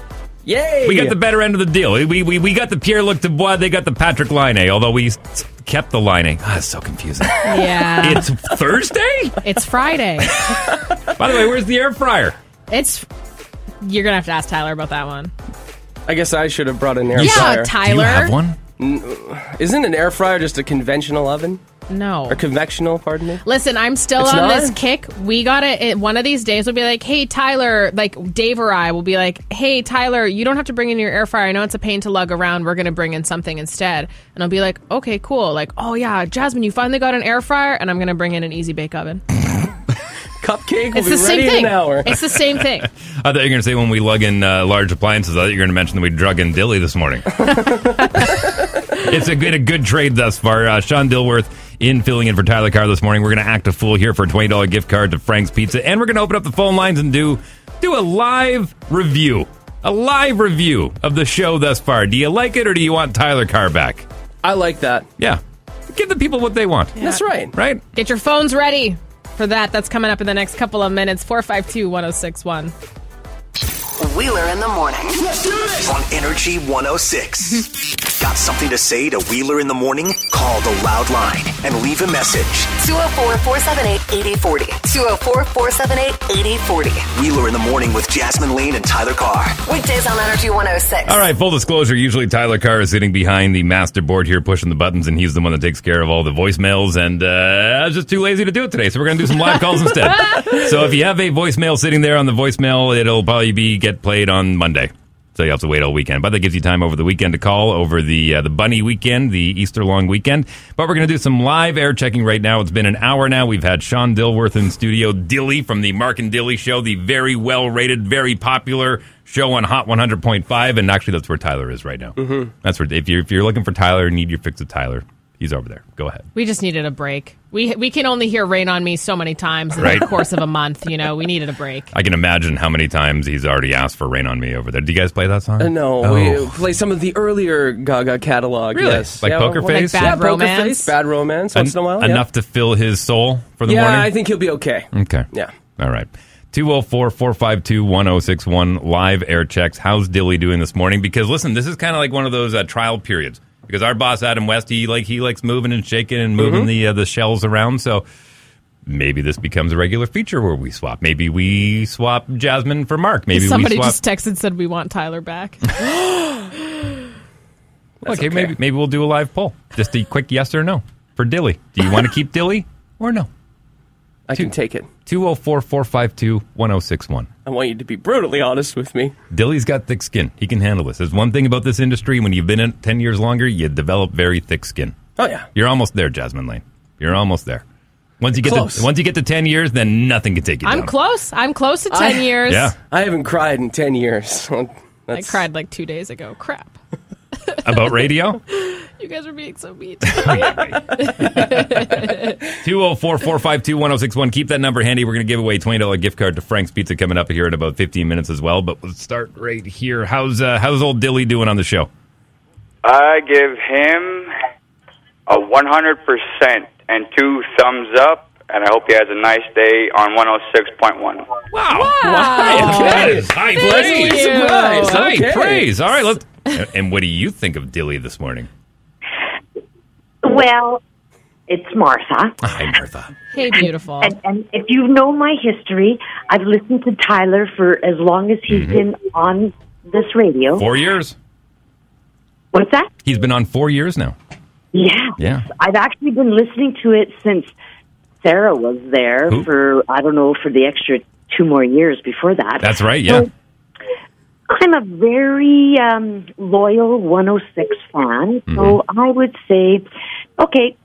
Yay! We got the better end of the deal. We, we, we got the Pierre Luc Dubois. They got the Patrick Line, although we s- kept the Line. Ah, it's so confusing. Yeah. it's Thursday? it's Friday. By the way, where's the air fryer? It's. You're going to have to ask Tyler about that one. I guess I should have brought an air Yeah, fryer. Tyler. Do you have one? Isn't an air fryer just a conventional oven No. or convectional? Pardon me. Listen, I'm still It's on not? this kick. We gotta it, one of these days. We'll be like, hey Tyler, like Dave or I will be like, hey Tyler, you don't have to bring in your air fryer. I know it's a pain to lug around. We're gonna bring in something instead, and I'll be like, okay, cool. Like, oh yeah, Jasmine, you finally got an air fryer, and I'm gonna bring in an easy bake oven. Cupcake will It's be the ready same in thing. an hour. It's the same thing. I thought you were going to say when we lug in uh, large appliances. I thought you were going to mention that we drug in Dilly this morning. it's a good, a good trade thus far. Uh, Sean Dilworth in filling in for Tyler Carr this morning. We're going to act a fool here for a twenty dollar gift card to Frank's Pizza, and we're going to open up the phone lines and do do a live review, a live review of the show thus far. Do you like it or do you want Tyler Carr back? I like that. Yeah, give the people what they want. That's right. Right? Get your phones oh ready for that. That's coming up in the next couple of minutes. Four five two one zero six one. Wheeler in the morning. On Energy 106. Got something to say to Wheeler in the morning? Call the loud line and leave a message. 204 478 8040. 204 478 8040. Wheeler in the morning with Jasmine Lane and Tyler Carr. Weekdays on Energy 106. All right, full disclosure. Usually Tyler Carr is sitting behind the master board here pushing the buttons, and he's the one that takes care of all the voicemails. And uh, I was just too lazy to do it today, so we're going to do some live calls instead. So if you have a voicemail sitting there on the voicemail, it'll probably be get played on Monday. So you have to wait all weekend. But that gives you time over the weekend to call over the uh, the bunny weekend, the Easter long weekend. But we're going to do some live air checking right now. It's been an hour now. We've had Sean Dilworth in studio, Dilly from the Mark and Dilly show, the very well rated, very popular show on Hot 100.5. And actually, that's where Tyler is right now. Mm-hmm. That's where if you're if you're looking for Tyler, need your fix of Tyler. He's over there. Go ahead. We just needed a break. We we can only hear "Rain on Me" so many times in Right. the course of a month. You know, we needed a break. I can imagine how many times he's already asked for "Rain on Me" over there. Do you guys play that song? Uh, no, Oh. we play some of the earlier Gaga catalog. Really? Yes, Like Poker well, Face? Like yeah, Bad Poker Romance? Face, bad romance. Once in a while, yeah. enough to fill his soul for the Yeah, morning. Mm. I think he'll be okay. Okay. Yeah. All right. 204 452 1061 live air checks. How's Dilly doing this morning? Because listen, this is kind of like one of those uh, trial periods. Because our boss Adam West, he like he likes moving and shaking and moving Mm-hmm. the uh, the shells around. So maybe this becomes a regular feature where we swap. Maybe we swap Jasmine for Mark. Maybe Somebody we swap. just texted said we want Tyler back. okay, maybe maybe we'll do a live poll. Just a quick yes or no for Dilly. Do you want to keep Dilly or no? I can take it. 204 452 1061. I want you to be brutally honest with me. Dilly's got thick skin. He can handle this. There's one thing about this industry. When you've been in it 10 years longer, you develop very thick skin. Oh yeah, You're almost there, Jasmine Lane. You're almost there. Once you get Close. to once you get to 10 years, then nothing can take you I'm down. close. I'm close to ten I- years. Yeah. I haven't cried in ten years. I cried like two days ago. Crap. About radio? You guys were being so mean. 204-452-1061. Keep that number handy. We're going to give away a $20 gift card to Frank's Pizza coming up here in about 15 minutes as well, but let's start right here. How's uh, how's old Dilly doing on the show? I give him a 100% and two thumbs up, and I hope he has a nice day on 106.1. Wow. Wow. Okay. High Thank praise. you. Surprise. High Okay. praise. All right, let's And- And what do you think of Dilly this morning? Well, it's Martha. Hi, Martha. hey, beautiful. And, and if you know my history, I've listened to Tyler for as long as he's been on this radio. Four years. What's that? He's been on four years now. Yeah. Yeah. I've actually been listening to it since Sarah was there Who? for, I don't know, for the extra two more years before that. That's right. Yeah. So I'm a very um, loyal 106 fan, so I would say, okay,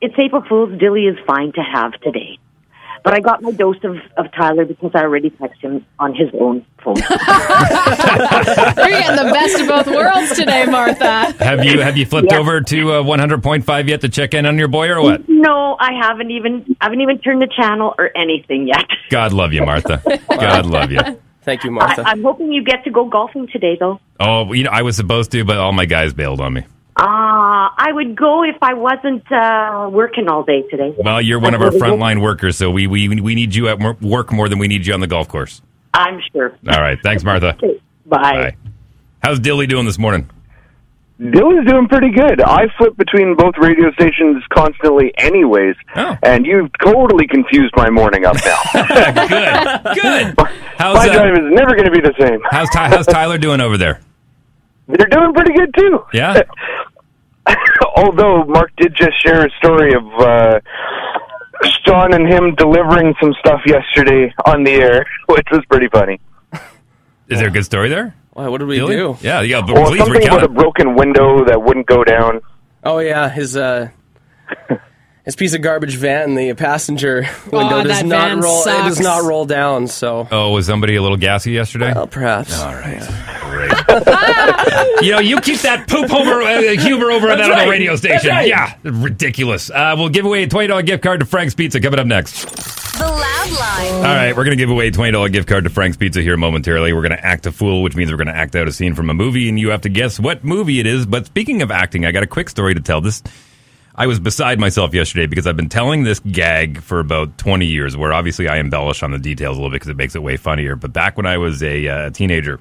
it's April Fool's. Dilly is fine to have today. But I got my dose of, of Tyler because I already texted him on his own phone. You're getting the best of both worlds today, Martha. Have you have you flipped Yeah. over to uh, 100.5 yet to check in on your boy or what? no, I haven't even I haven't even turned the channel or anything yet. God love you, Martha. God love you. Thank you, I, Martha. I'm hoping you get to go golfing today, though. Oh, you know, I was supposed to, but all my guys bailed on me. Ah, I would go if I wasn't uh, working all day today. Well, you're one of our frontline workers, so we we we need you at wor- work more than we need you on the golf course. I'm sure. All right. Thanks, Martha. Okay, Bye. How's Dilly doing this morning? Dylan's doing pretty good. I flip between both radio stations constantly, anyways, Oh. Uh, and you've totally confused my morning up now. Good. Good. How's my uh, drive is never going to be the same. how's Ty- how's Tyler doing over there? They're doing pretty good too. Yeah. Although Mark did just share a story of uh, Sean and him delivering some stuff yesterday on the air, which was pretty funny. Is there a good story there? Wow, what did we Dilly? do? Yeah, yeah, but Or please something recount. about a it. broken window that wouldn't go down. Oh yeah, his uh, his piece of garbage van, the passenger window does Oh, that not van roll. It does sucks. not roll down. So, Oh, was somebody a little gassy yesterday? well, perhaps. you know, you keep that poop over, uh, humor over that on right. the radio station. That's right. Yeah, ridiculous. Uh, we'll give away a twenty dollar gift card to Frank's Pizza coming up next. The Loud Line. All right, we're gonna give away a twenty dollar gift card to Frank's Pizza here momentarily. We're gonna act a fool, which means we're gonna act out a scene from a movie, and you have to guess what movie it is. But speaking of acting, I got a quick story to tell. This I was beside myself yesterday because I've been telling this gag for about 20 years, where obviously I embellish on the details a little bit because it makes it way funnier. But back when I was a uh, teenager,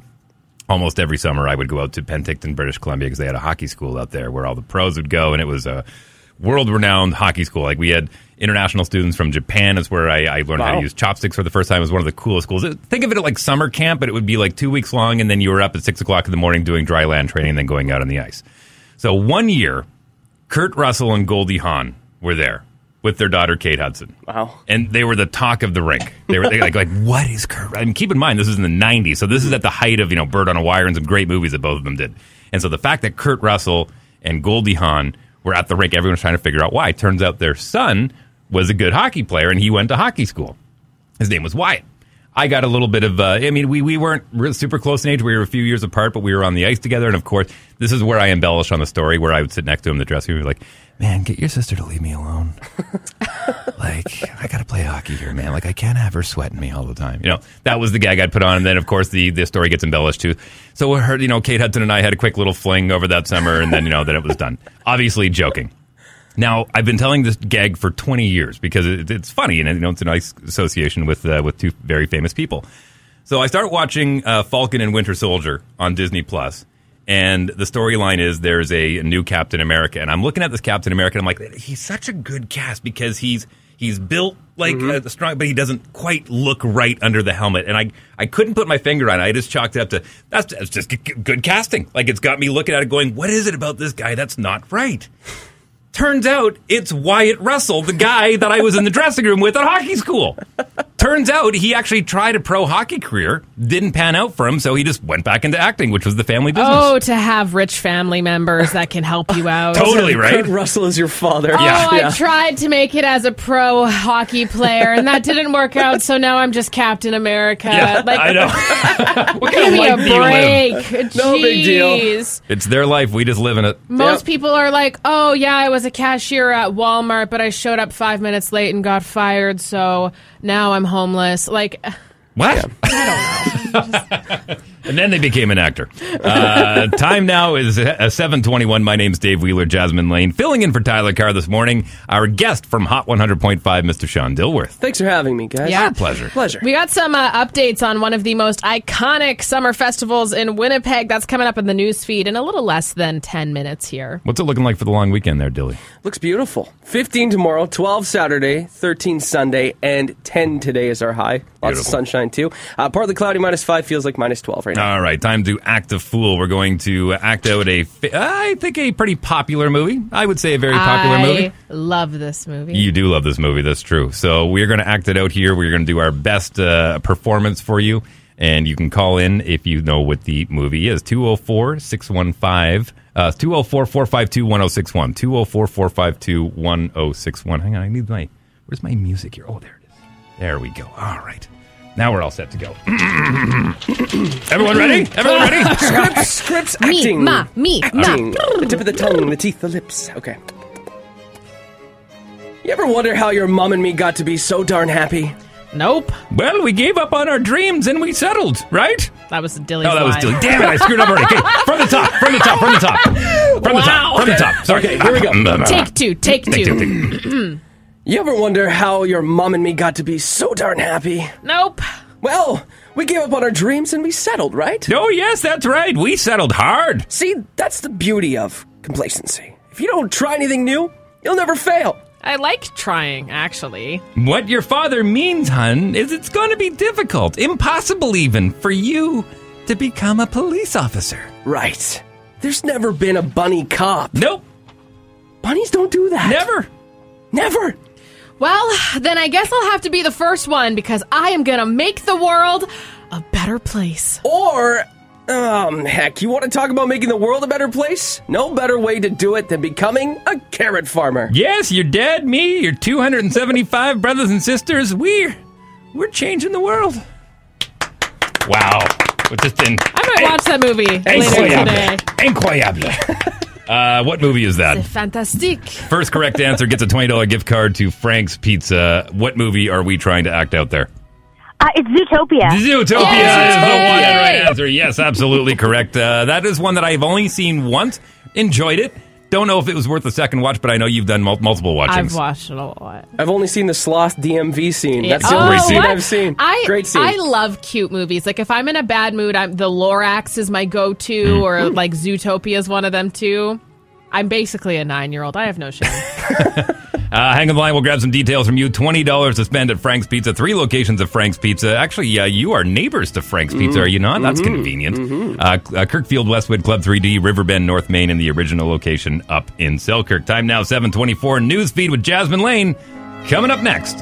almost every summer I would go out to Penticton, British Columbia, because they had a hockey school out there where all the pros would go, and it was a world-renowned hockey school. Like we had international students from Japan. Is where I, I learned how to Wow. use chopsticks for the first time. It was one of the coolest schools. It- Think of it like summer camp, but it would be like two weeks long, and then you were up at six o'clock in the morning doing dry land training, and then going out on the ice. So one year, Kurt Russell and Goldie Hawn were there with their daughter Kate Hudson. Wow! And they were the talk of the rink. They were they like like what is Kurt? I mean, keep in mind this is in the '90s, so this is at the height of you know Bird on a Wire and some great movies that both of them did. And so the fact that Kurt Russell and Goldie Hawn were at the rink, everyone's trying to figure out why. Turns out their son was a good hockey player and he went to hockey school. His name was Wyatt. I got a little bit of, uh, I mean, we, we weren't real super close in age. We were a few years apart, but we were on the ice together. And of course, this is where I embellish on the story where I would sit next to him in the dressing room and be like, man, get your sister to leave me alone. like, I got to play hockey here, man. Like, I can't have her sweating me all the time. You know, that was the gag I'd put on. And then, of course, the, the story gets embellished too. So, her, you know, Kate Hudson and I had a quick little fling over that summer. And then, you know, then it was done. Obviously, joking. Now, I've been telling this gag for 20 years because it, it's funny and you know, it's a nice association with uh, with two very famous people. So I start watching uh, Falcon and Winter Soldier on Disney Plus, and the storyline is there's a new Captain America, and I'm looking at this Captain America, and I'm like, he's such a good cast because he's he's built like a strong, but he doesn't quite look right under the helmet, and I I couldn't put my finger on it. I just chalked it up to that's, that's just g- g- good casting. Like it's got me looking at it, going, what is it about this guy that's not right? Turns out it's Wyatt Russell, the guy that I was in the dressing room with at hockey school. Turns out he actually tried a pro hockey career, didn't pan out for him, so he just went back into acting, which was the family business. Oh, to have rich family members that can help you out. Totally right. Kurt Russell is your father. Oh, I tried to make it as a pro hockey player, and that didn't work out. So now I'm just Captain America. Yeah, like, I know. give me a life do you live? break. No big deal. Jeez. It's their life. We just live in it. Most people are like, "Oh yeah, I was a cashier at Walmart, but I showed up five minutes late and got fired, so now I'm homeless." Like, What? and then they became an actor. Uh, time now is uh, 721. My name's Dave Wheeler, Jasmine Lane, filling in for Tyler Carr this morning. Our guest from Hot 100.5, Mr. Sean Dilworth. Thanks for having me, guys. Yeah. Our pleasure. Pleasure. we got some uh, updates on one of the most iconic summer festivals in Winnipeg. That's coming up in the news feed in a little less than ten minutes here. What's it looking like for the long weekend there, Dilly? Looks beautiful. 15 tomorrow, 12 Saturday, 13 Sunday, and 10 today is our high. Lots Beautiful. of sunshine, too. Uh, partly cloudy, minus 5 feels like minus 12 right now. All right, time to act a fool. We're going to act out a, fa- I think, a pretty popular movie. I would say a very popular I movie. love this movie. You do love this movie. That's true. So we're going to act it out here. We're going to do our best uh, performance for you. And you can call in if you know what the movie is. 204 615 204 452 1061. 204 452 1061. Hang on, I need my. Where's my music here? Oh, there it is. There we go. All right. Now we're all set to go. Everyone ready? Everyone ready? Scripts, scripts, Me, acting. ma, me, ma. acting. The tip of the tongue, the teeth, the lips. Okay. You ever wonder how your mom and me got to be so darn happy? Nope, Well, we gave up on our dreams and we settled, right? that was Dilly's No, Oh, that was line. Dilly. Damn it, I screwed up already. Okay, from the top, from the top, from the top. From the top, from the top. Sorry. Okay, here we go. Take two, take two. You ever wonder how your mom and me got to be so darn happy? Nope. Well, we gave up on our dreams and we settled, right? Oh, yes, that's right. We settled hard. See, that's the beauty of complacency. If you don't try anything new, you'll never fail. I like trying, actually. What your father means, hun, is it's going to be difficult, impossible even, for you to become a police officer. Right. There's never been a bunny cop. Nope, Bunnies don't do that. never. Never. Well, then I guess I'll have to be the first one because I am going to make the world a better place. Or, um, heck, you want to talk about making the world a better place? No better way to do it than becoming a carrot farmer. Yes, your dad, me, your 275 brothers and sisters, we're, we're changing the world. Wow. We're just in. I might watch that movie later today. Incroyable. Uh, what movie is that? Fantastique. First correct answer gets a $20 gift card to Frank's Pizza. What movie are we trying to act out there? Uh, it's Zootopia. Zootopia Yay! is the one right answer. Yes, absolutely correct. Uh, that is one that I've only seen once, enjoyed it. Don't know if it was worth a second watch, but I know you've done mul- multiple watchings. I've watched it a lot. I've only seen the sloth DMV scene. Yeah. That's the only Oh, scene what? I've seen. I Great scene. I love cute movies. Like if I'm in a bad mood, I'm the Lorax is my go-to, Mm. or like Zootopia is one of them too. I'm basically a nine-year-old. I have no shame. Uh, hang on the line. We'll grab some details from you. Twenty dollars to spend at Frank's Pizza. Three locations of Frank's Pizza. Actually, uh, you are neighbors to Frank's Pizza, Mhm. are you not? That's Mhm. convenient. Uh, K- uh, Kirkfield Westwood Club 3D, Riverbend, North Main, and the original location up in Selkirk. Time now, seven twenty-four. News feed with Jasmine Lane coming up next.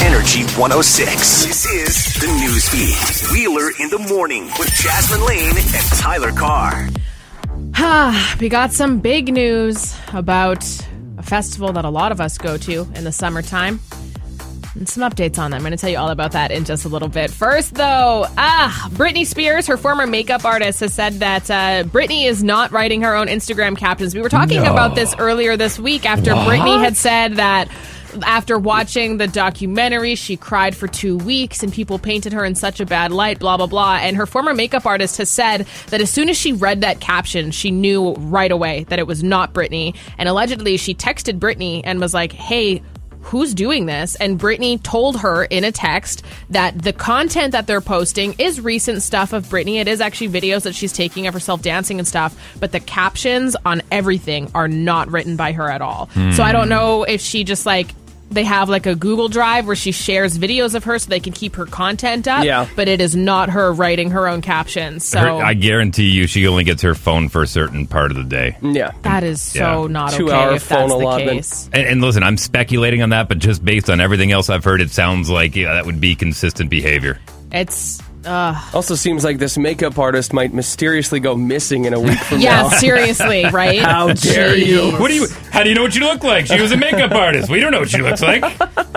Energy 106. This is the news feed. Wheeler in the morning with Jasmine Lane and Tyler Carr. Ah, we got some big news about a festival that a lot of us go to in the summertime. And some updates on that. I'm going to tell you all about that in just a little bit. First, though, ah, Britney Spears, her former makeup artist, has said that uh, Britney is not writing her own Instagram captions. We were talking No. about this earlier this week after What? Britney had said that after watching the documentary, she cried for two weeks and people painted her in such a bad light, blah, blah, blah. And her former makeup artist has said that as soon as she read that caption, she knew right away that it was not Britney. And allegedly, she texted Britney and was like, hey, Who's doing this? And Britney told her in a text that the content that they're posting is recent stuff of Britney. It is actually videos that she's taking of herself dancing and stuff, but the captions on everything are not written by her at all. So I don't Hmm. know know if she just like they have like a Google Drive where she shares videos of her so they can keep her content up. Yeah. But it is not her writing her own captions. So Her- I guarantee you, she only gets her phone for a certain part of the day. Yeah. that is so Yeah. not Two okay hour if that's phone the allotment. case. And, and listen, I'm speculating on that, but just based on everything else I've heard, it sounds like yeah, that would be consistent behavior. It's uh Also seems like this makeup artist might mysteriously go missing in a week from Yeah, now. seriously, right? How dare you? What do you? How do you know what you look like? She was a makeup artist. We don't know what she looks like.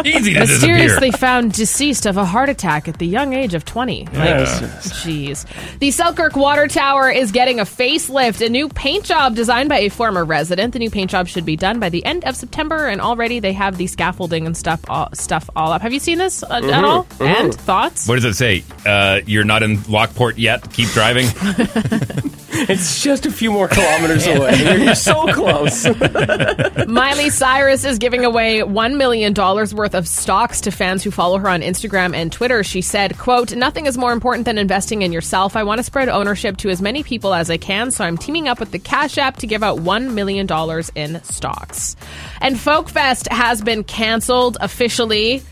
Easy to Mysteriously disappear. found deceased of a heart attack at the young age of 20. Like, Yeah. jeez. The Selkirk Water Tower is getting a facelift, a new paint job designed by a former resident. The new paint job should be done by the end of September, and already they have the scaffolding and stuff all, stuff all up. Have you seen this uh, at Mhm, all? mhm. And thoughts? What does it say? Uh, you're not in Lockport yet. Keep driving. it's just a few more kilometers away. You're so close. Miley Cyrus is giving away $1 million worth of stocks to fans who follow her on Instagram and Twitter. She said, quote, nothing is more important than investing in yourself. I want to spread ownership to as many people as I can, so I'm teaming up with the Cash App to give out $1 million in stocks. And Folkfest has been canceled officially.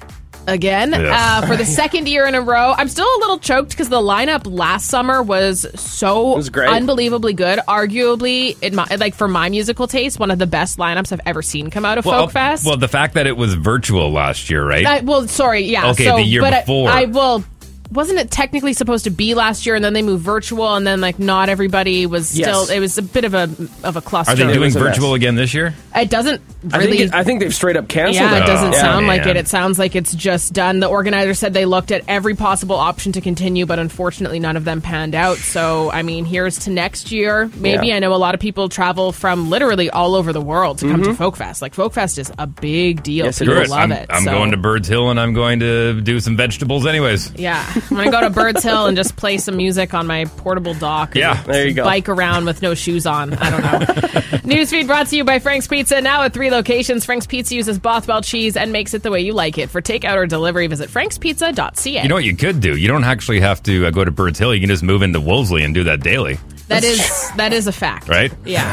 Again, Yeah. uh, for the second year in a row. I'm still a little choked because the lineup last summer was so was great. unbelievably good. Arguably, in my, like for my musical taste, one of the best lineups I've ever seen come out of well, oh, Folkfest. well, the fact that it was virtual last year, right? I, well, sorry, yeah. Okay, so, the year but I- before. I, will. Wasn't it technically supposed to be last year, and then they moved virtual, and then like not everybody was Yes. still. It was a bit of a of a cluster. Are they doing a mess. virtual again this year? It doesn't I really. think, it- I think they've straight up canceled yeah, it doesn't Oh, sound like man. it. It sounds like it's just done. The organizer said they looked at every possible option to continue, but unfortunately, none of them panned out. So, I mean, here's to next year. Maybe Yeah. I know a lot of people travel from literally all over the world to come to Folkfest. Like Folkfest is a big deal. people Screw Mm-hmm. it. love I'm, it. I'm so- going to Birds Hill and I'm going to do some vegetables, anyways. Yeah, I'm gonna go to Birds Hill and just play some music on my portable dock. and Yeah, there you go. Bike around with no shoes on. I don't know. Newsfeed brought to you by Frank's Pizza. Now at three locations, Frank's Pizza uses Bothwell cheese and makes it the way you like it. For takeout or delivery, visit frankspizza.ca. You know what you could do? You don't actually have to uh, go to Birds Hill. You can just move into Wolseley and do that daily, that is that is a fact. right? Yeah,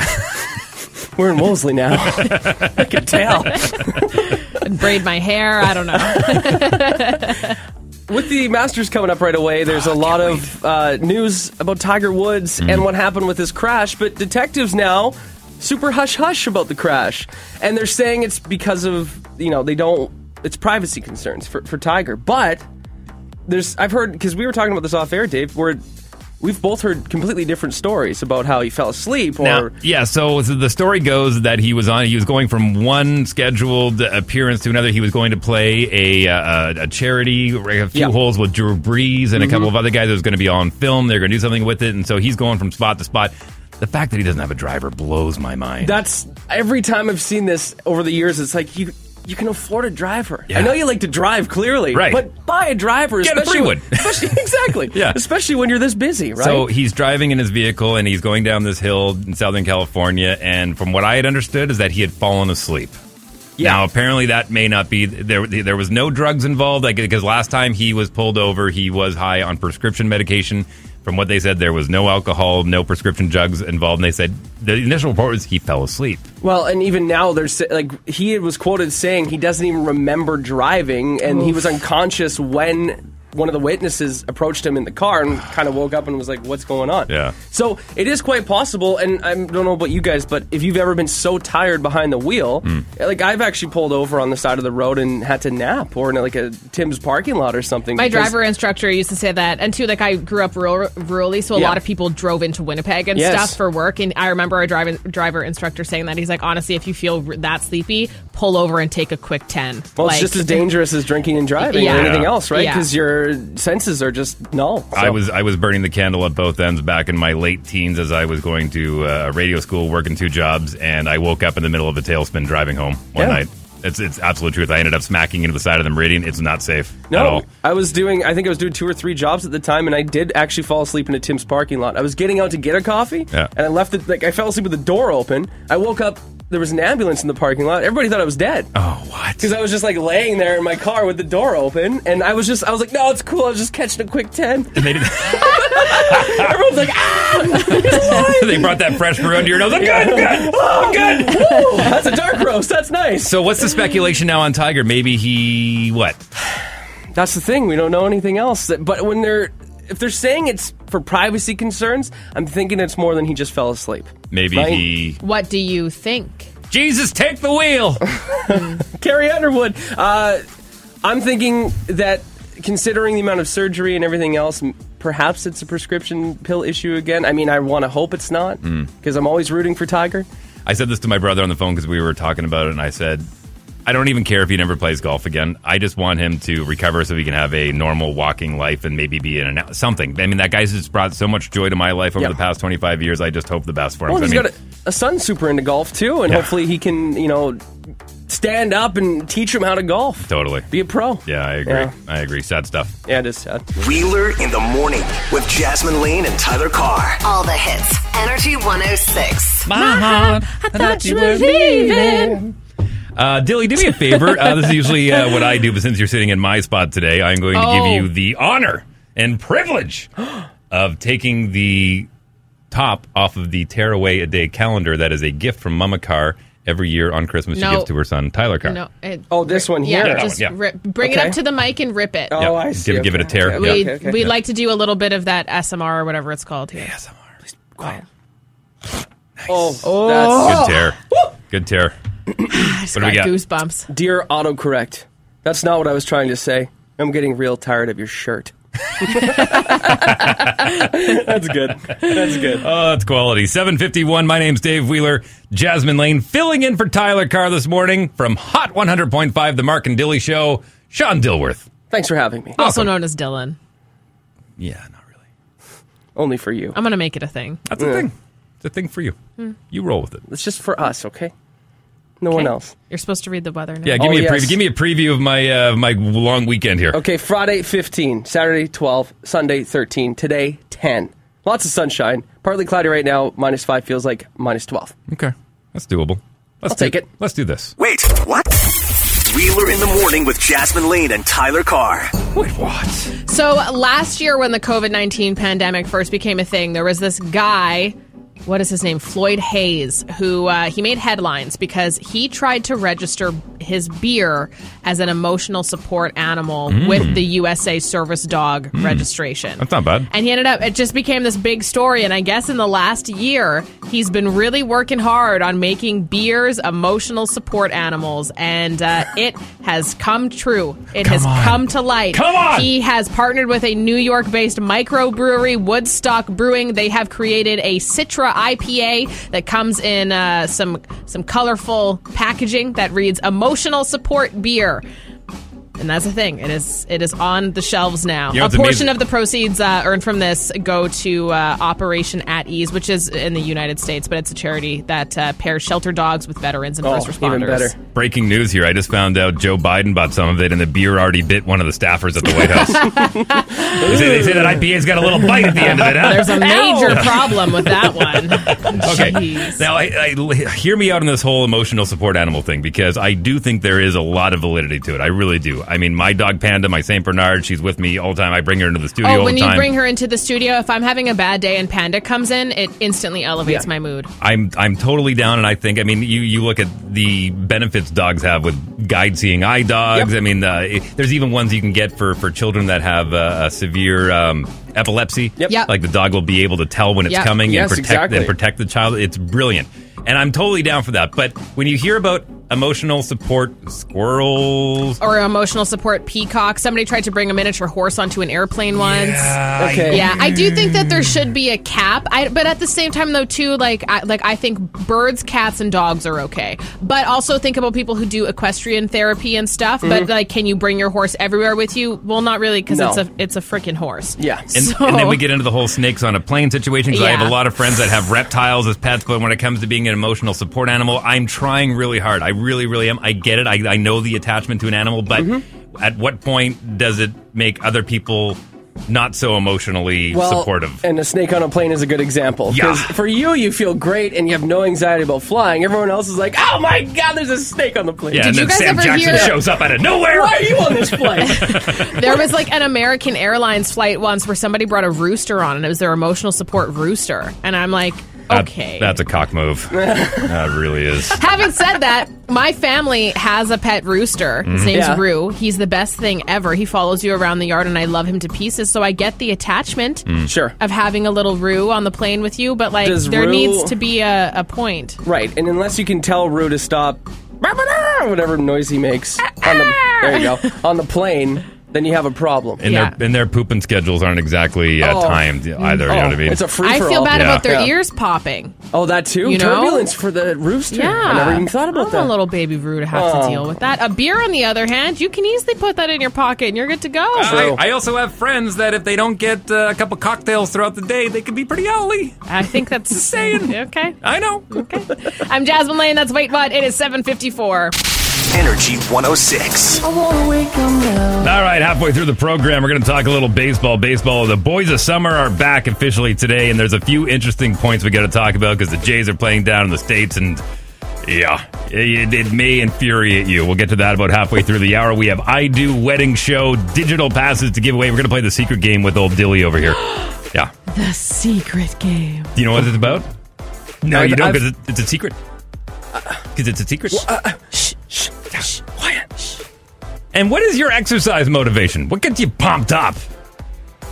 We're in Wolseley now. I can tell. and braid my hair. I don't know. With the Masters coming up right away, there's a lot of uh, news about Tiger Woods and what happened with his crash, but detectives now super hush hush about the crash. And they're saying it's because of, you know, they don't, it's privacy concerns for, for Tiger. But there's, I've heard, because we were talking about this off air, Dave, where we've both heard completely different stories about how he fell asleep or. Now, yeah, so the story goes that he was on. He was going from one scheduled appearance to another. He was going to play a uh, a charity, a few Yeah. holes with Drew Brees and a couple Mhm. of other guys. that was going to be on film. They're going to do something with it, and so he's going from spot to spot. The fact that he doesn't have a driver blows my mind. That's every time I've seen this over the years. It's like you you can afford a driver. I know you like to drive, clearly, Right. But buy a driver, Get a especially free when- one. especially- exactly, Yeah. Especially when you're this busy, right? So he's driving in his vehicle and he's going down this hill in Southern California. And from what I had understood is that he had fallen asleep. Now apparently that may not be there. There was no drugs involved like because last time he was pulled over, he was high on prescription medication. From what they said, there was no alcohol, no prescription drugs involved. And they said the initial report was he fell asleep. Well, and even now, there's like he was quoted saying he doesn't even remember driving, and he was unconscious when one of the witnesses approached him in the car and kind of woke up and was like, "What's going on?" Yeah. So it is quite possible, and I don't know about you guys, but if you've ever been so tired behind the wheel, Hmm. like I've actually pulled over on the side of the road and had to nap, or in like a Tim's parking lot or something. My because- driver instructor used to say that, and too, like I grew up rural, rurally, so a Yeah. lot of people drove into Winnipeg and Yes. stuff for work. And I remember our driver driver instructor saying that he's like, honestly, if you feel r- that sleepy, pull over and take a quick ten. Well, like, it's just as dangerous as drinking and driving Yeah. or anything Yeah. else, right? Yeah. Because your senses are just null. I So- was I was burning the candle at both ends back in my late teens as I was going to uh, radio school, working two jobs, and I woke up in the middle of a tailspin driving home one Yeah. night. It's it's absolute truth. I ended up smacking into the side of the meridian. It's not safe at all. I was doing. I think I was doing two or three jobs at the time, and I did actually fall asleep in a Tim's parking lot. I was getting out to get a coffee, Yeah. and I left it. Like I fell asleep with the door open. I woke up. There was an ambulance in the parking lot. Everybody thought I was dead. Oh, what? Because I was just like laying there in my car with the door open, and I was just, I was like, no, it's cool. I was just catching a quick ten. And they, did, Everyone's like, ah, they brought that fresh brew into your nose. I'm good, I'm good. oh, good. Woo, that's a dark roast. That's nice. So what's the speculation now on Tiger? Maybe he what? That's the thing. We don't know anything else. That- But when they're, if they're saying it's for privacy concerns, I'm thinking it's more than he just fell asleep. Maybe Right. he what do you think? Jesus take the wheel. Carrie Underwood. Uh, I'm thinking that considering the amount of surgery and everything else, m- perhaps it's a prescription pill issue again. I mean, I want to hope it's not Hmm. because I'm always rooting for Tiger. I said this to my brother on the phone because we were talking about it, and I said, I don't even care if he never plays golf again. I just want him to recover so he can have a normal walking life and maybe be in and out something. I mean, that guy's just brought so much joy to my life over Yeah. the past 25 years. I just hope the best for him. Well, So, he's I mean, got a, a son super into golf too, and Yeah. hopefully he can, you know, stand up and teach him how to golf, totally. be a pro. Yeah, I agree. Yeah. I agree. Sad stuff. Yeah, it is sad. Wheeler in the morning with Jasmine Lane and Tyler Carr. All the hits. Energy 106. My heart, I thought you were leaving. Uh, Dilly, do me a favor. Uh, this is usually uh, what I do, but since you're sitting in my spot today, I'm going to Oh. give you the honor and privilege of taking the top off of the tear away a day calendar that is a gift from Mama Carr every year on Christmas. No. She gives to her son Tyler Carr. No. it- Oh, this one yeah, here. that just one, yeah. Rip, bring it Okay. up to the mic and rip it. Oh, I Give- see. give it a tear. Okay, we okay, okay. we like to do a little bit of that SMR or whatever it's called here. ASMR. Quiet. Oh, that's Good tear. Good tear. I just What do got we got? goosebumps. dear autocorrect. That's not what I was trying to say. I'm getting real tired of your shirt. that's good. That's good. Oh, that's quality. 751. My name's Dave Wheeler. Jasmine Lane filling in for Tyler Carr this morning from Hot 100.5, The Mark and Dilly Show. Sean Dilworth. Thanks for having Oh, me. Also known as Dylan. Yeah, not really. Only for you. I'm gonna make it a thing. That's a thing. It's a thing for you. Hmm. You roll with it. It's just for us, okay? No one Okay? else. You're supposed to read the weather now. Yeah, give Oh, me a yes. preview. Give me a preview of my uh, my long weekend here. Okay, Friday 15, Saturday 12, Sunday 13, today 10. Lots of sunshine. Partly cloudy right now. Minus 5 feels like minus 12. Okay. that's doable. Let's I'll take do- it. Let's do this. Wait, what? Wheeler in the morning with Jasmine Lane and Tyler Carr. Wait, what? So last year, when the COVID 19 pandemic first became a thing, there was this guy. What is his name? Floyd Hayes, who uh, he made headlines because he tried to register his beer as an emotional support animal with the USA Service Dog registration. Mm. That's not bad. And he ended up, it just became this big story. And I guess in the last year, he's been really working hard on making beers emotional support animals. And uh, it has come true. It has on. come to light. Come on! He has partnered with a New York based microbrewery, Woodstock Brewing. They have created a Citra IPA that comes in uh, some, some colorful packaging that reads emotional support beer. And that's the thing. It is it is on the shelves now. You know, a it's amazing. portion of the proceeds uh, earned from this go to uh, Operation At at Ease, which is in the United States, but it's a charity that uh, pairs shelter dogs with veterans Oh, and first responders. Breaking news here. I just found out Joe Biden bought some of it, and the beer already bit one of the staffers at the White House. they, say, they say that IPA's got a little bite at the end of it, huh? There's a major Ow. problem with that one. Okay. Now, I, I, hear me out on this whole emotional support animal thing because I do think there is a lot of validity to it. I really do. I mean, my dog Panda, my Saint Bernard, she's with me all the time. I bring her into the studio Oh, all when the you time. bring her into the studio, if I'm having a bad day and Panda comes in, it instantly elevates my mood. I'm I'm totally down, and I think I mean you you look at the benefits dogs have with guide seeing eye dogs. I mean, uh, it- there's even ones you can get for for children that have uh, a severe um, epilepsy. Yep. Yep. Like the dog will be able to tell when it's Yep. coming Yes, and protect exactly. and protect the child. It's brilliant, and I'm totally down for that. But when you hear about emotional support squirrels. Or emotional support peacock. Somebody tried to bring a miniature horse onto an airplane once. Yeah, Okay. Yeah, I do think that there should be a cap. I, but at the same time, though, too, like I, like I think birds, cats, and dogs are okay. But also think about people who do equestrian therapy and stuff. But Mhm. like, can you bring your horse everywhere with you? Well, not really, because No. it's a it's a freaking horse. Yeah, And, and then we get into the whole snakes on a plane situation because I have Yeah. a lot of friends that have reptiles as pets, but when it comes to being an emotional support animal, I'm trying really hard. I really, really am. I get it. I, I know the attachment to an animal, but Mm-hmm. at what point does it make other people not so emotionally Well, uh, supportive? And a snake on a plane is a good example. Yeah. 'Cause For you, you feel great and you have no anxiety about flying. Everyone else is like, oh my God, there's a snake on the plane. Yeah, and then Sam Jackson shows up out of nowhere. Why are you on this flight? There was like an American Airlines flight once where somebody brought a rooster on, and it was their emotional support rooster. And I'm like, That- okay. that's a cock move. that really is. Having said that, my family has a pet rooster. His Mm-hmm. Mhm. name's Yeah. Roo. He's the best thing ever. He follows you around the yard, and I love him to pieces. So I get the attachment Sure. of having a little Roo on the plane with you, but like Mm. Does there Roo- needs to be a, a point. Right, and unless you can tell Rue to stop whatever noise he makes on the, there you go, on the plane, then you have a problem. And, their, and their pooping schedules aren't exactly uh, Oh. timed either. you know what I Oh, mean? it's a I feel bad Yeah. about their Yeah. ears popping. Oh, that too? You know? Turbulence for the rooster. Yeah, I never even thought about I'm that. A little baby Roo to have to Oh. deal with that. A beer, on the other hand, you can easily put that in your pocket, and you're good to go. Ah. I, I also have friends that if they don't get uh, a couple cocktails throughout the day, they can be pretty owly. I think that's the saying. Okay. I know. Okay. I'm Jasmine Lane. That's Wait What. It is 7.54. Energy 106. All right, halfway through the program, we're going to talk a little baseball. Baseball, the boys of summer are back officially today, and there's a few interesting points we got to talk about because the Jays are playing down in the States, and yeah, it, it may infuriate you. We'll get to that about halfway through the hour. We have I Do Wedding Show digital passes to give away. We're going to play the secret game with old Dilly over here. Yeah. The secret game. Do you know what it's about? No, I've- you don't I've- Uh, because it's a secret. Because it's a secret. And what is your exercise motivation? What gets you pumped up?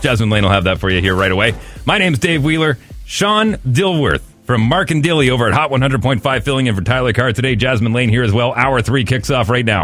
Jasmine Lane will have that for you here right away. My name's Dave Wheeler. Sean Dilworth from Mark and Dilly over at Hot 100.5 filling in for Tyler Carr today. Jasmine Lane here as well. Hour three kicks off right now.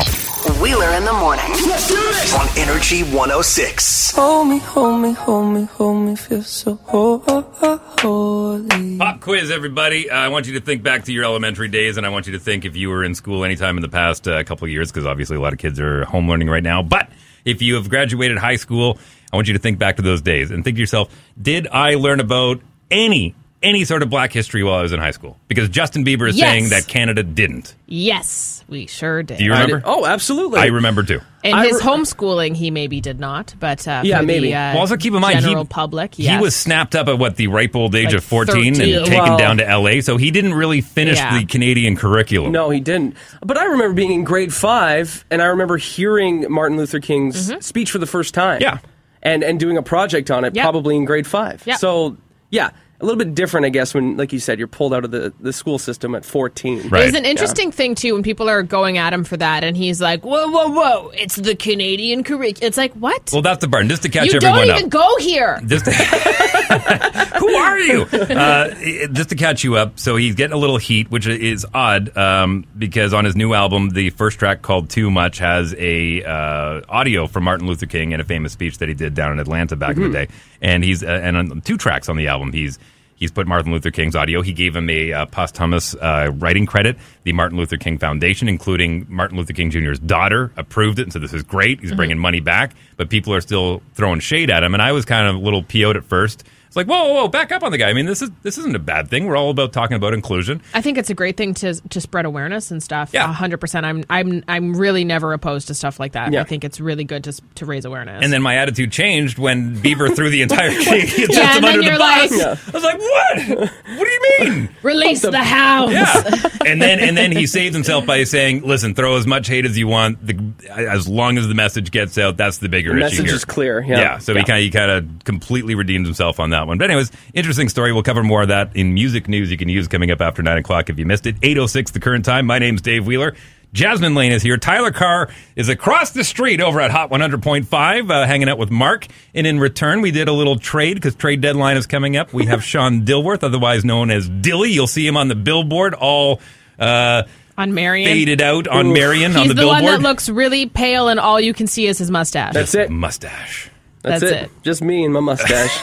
Wheeler in the morning. On Energy 106. Hold me, hold me, hold me, hold me, feel so ho- ho- ho- holy. Pop quiz, everybody. Uh, I want you to think back to your elementary days, and I want you to think if you were in school anytime in the past uh, couple of years, because obviously a lot of kids are home learning right now. But if you have graduated high school, I want you to think back to those days and think to yourself, did I learn about any any sort of black history while I was in high school? Because Justin Bieber is Yes. saying that Canada didn't. Yes, we sure did. Do you remember? oh, absolutely. I remember too. In I his re- homeschooling, he maybe did not, but uh, Yeah, for maybe. The, uh, Well, also keep in mind, he- general public. He yes. was snapped up at what the ripe old age Like of 14 13. and taken Well- down to LA, so he didn't really finish Yeah. the Canadian curriculum. No, he didn't. But I remember being in grade five, and I remember hearing Martin Luther King's Mm-hmm. speech for the first time. Yeah, and and doing a project on it, Yep. probably in grade five. Yep. So yeah, a little bit different, I guess. When like you said, you're pulled out of the, the school system at 14. There's an interesting thing too when people are going at him for that, and he's like, "Whoa, whoa, whoa! It's the Canadian curriculum." It's like, what? Well, that's the burden. Just to catch you everyone don't up. even go here. Just who are you? Uh, it- just to catch you up, so he's getting a little heat, which is odd um, because on his new album, the first track called "Too Much" has a uh, audio from Martin Luther King and a famous speech that he did down in Atlanta back in Mhm. the day, and he's uh, and on two tracks on the album, he's. He's put Martin Luther King's audio. He gave him a uh, posthumous uh, writing credit. The Martin Luther King Foundation, including Martin Luther King Jr.'s daughter, approved it and said, This is great. He's Mhm. bringing money back. But people are still throwing shade at him. And I was kind of a little PO'd at first It's like, whoa, whoa, whoa, back up on the guy. I mean, this is this isn't a bad thing. We're all about talking about inclusion. I think it's a great thing to to spread awareness and stuff. Yeah, hundred percent. I'm I'm I'm really never opposed to stuff like that. Yeah. I think it's really good to s- to raise awareness. And then my attitude changed when Bieber threw the entire cake. He yeah, just and under then the you're bus. like, I was like, what? What do you mean? Release the, hounds. Yeah. And then and then he saved himself by saying, "Listen, throw as much hate as you want, the, as long as the message gets out. That's the bigger The issue message here." is clear, yeah. so Yeah. he kind of he kind of completely redeemed himself on that one. But anyways, interesting story. We'll cover more of that in music news you can use coming up after nine o'clock if you missed it. Eight oh six the current time. My name's Dave Wheeler. Jasmine Lane is here. Tyler Carr is across the street over at Hot 100.5, uh, hanging out with Mark. And in return, we did a little trade because trade deadline is coming up. We have Sean Dilworth, otherwise known as Dilly. You'll see him on the billboard, all uh, on Marion. faded out on Oof. Marion on He's the, the billboard. one that looks really pale, and all you can see is his mustache. That's it. Mustache. That's, That's it. Just me and my mustache.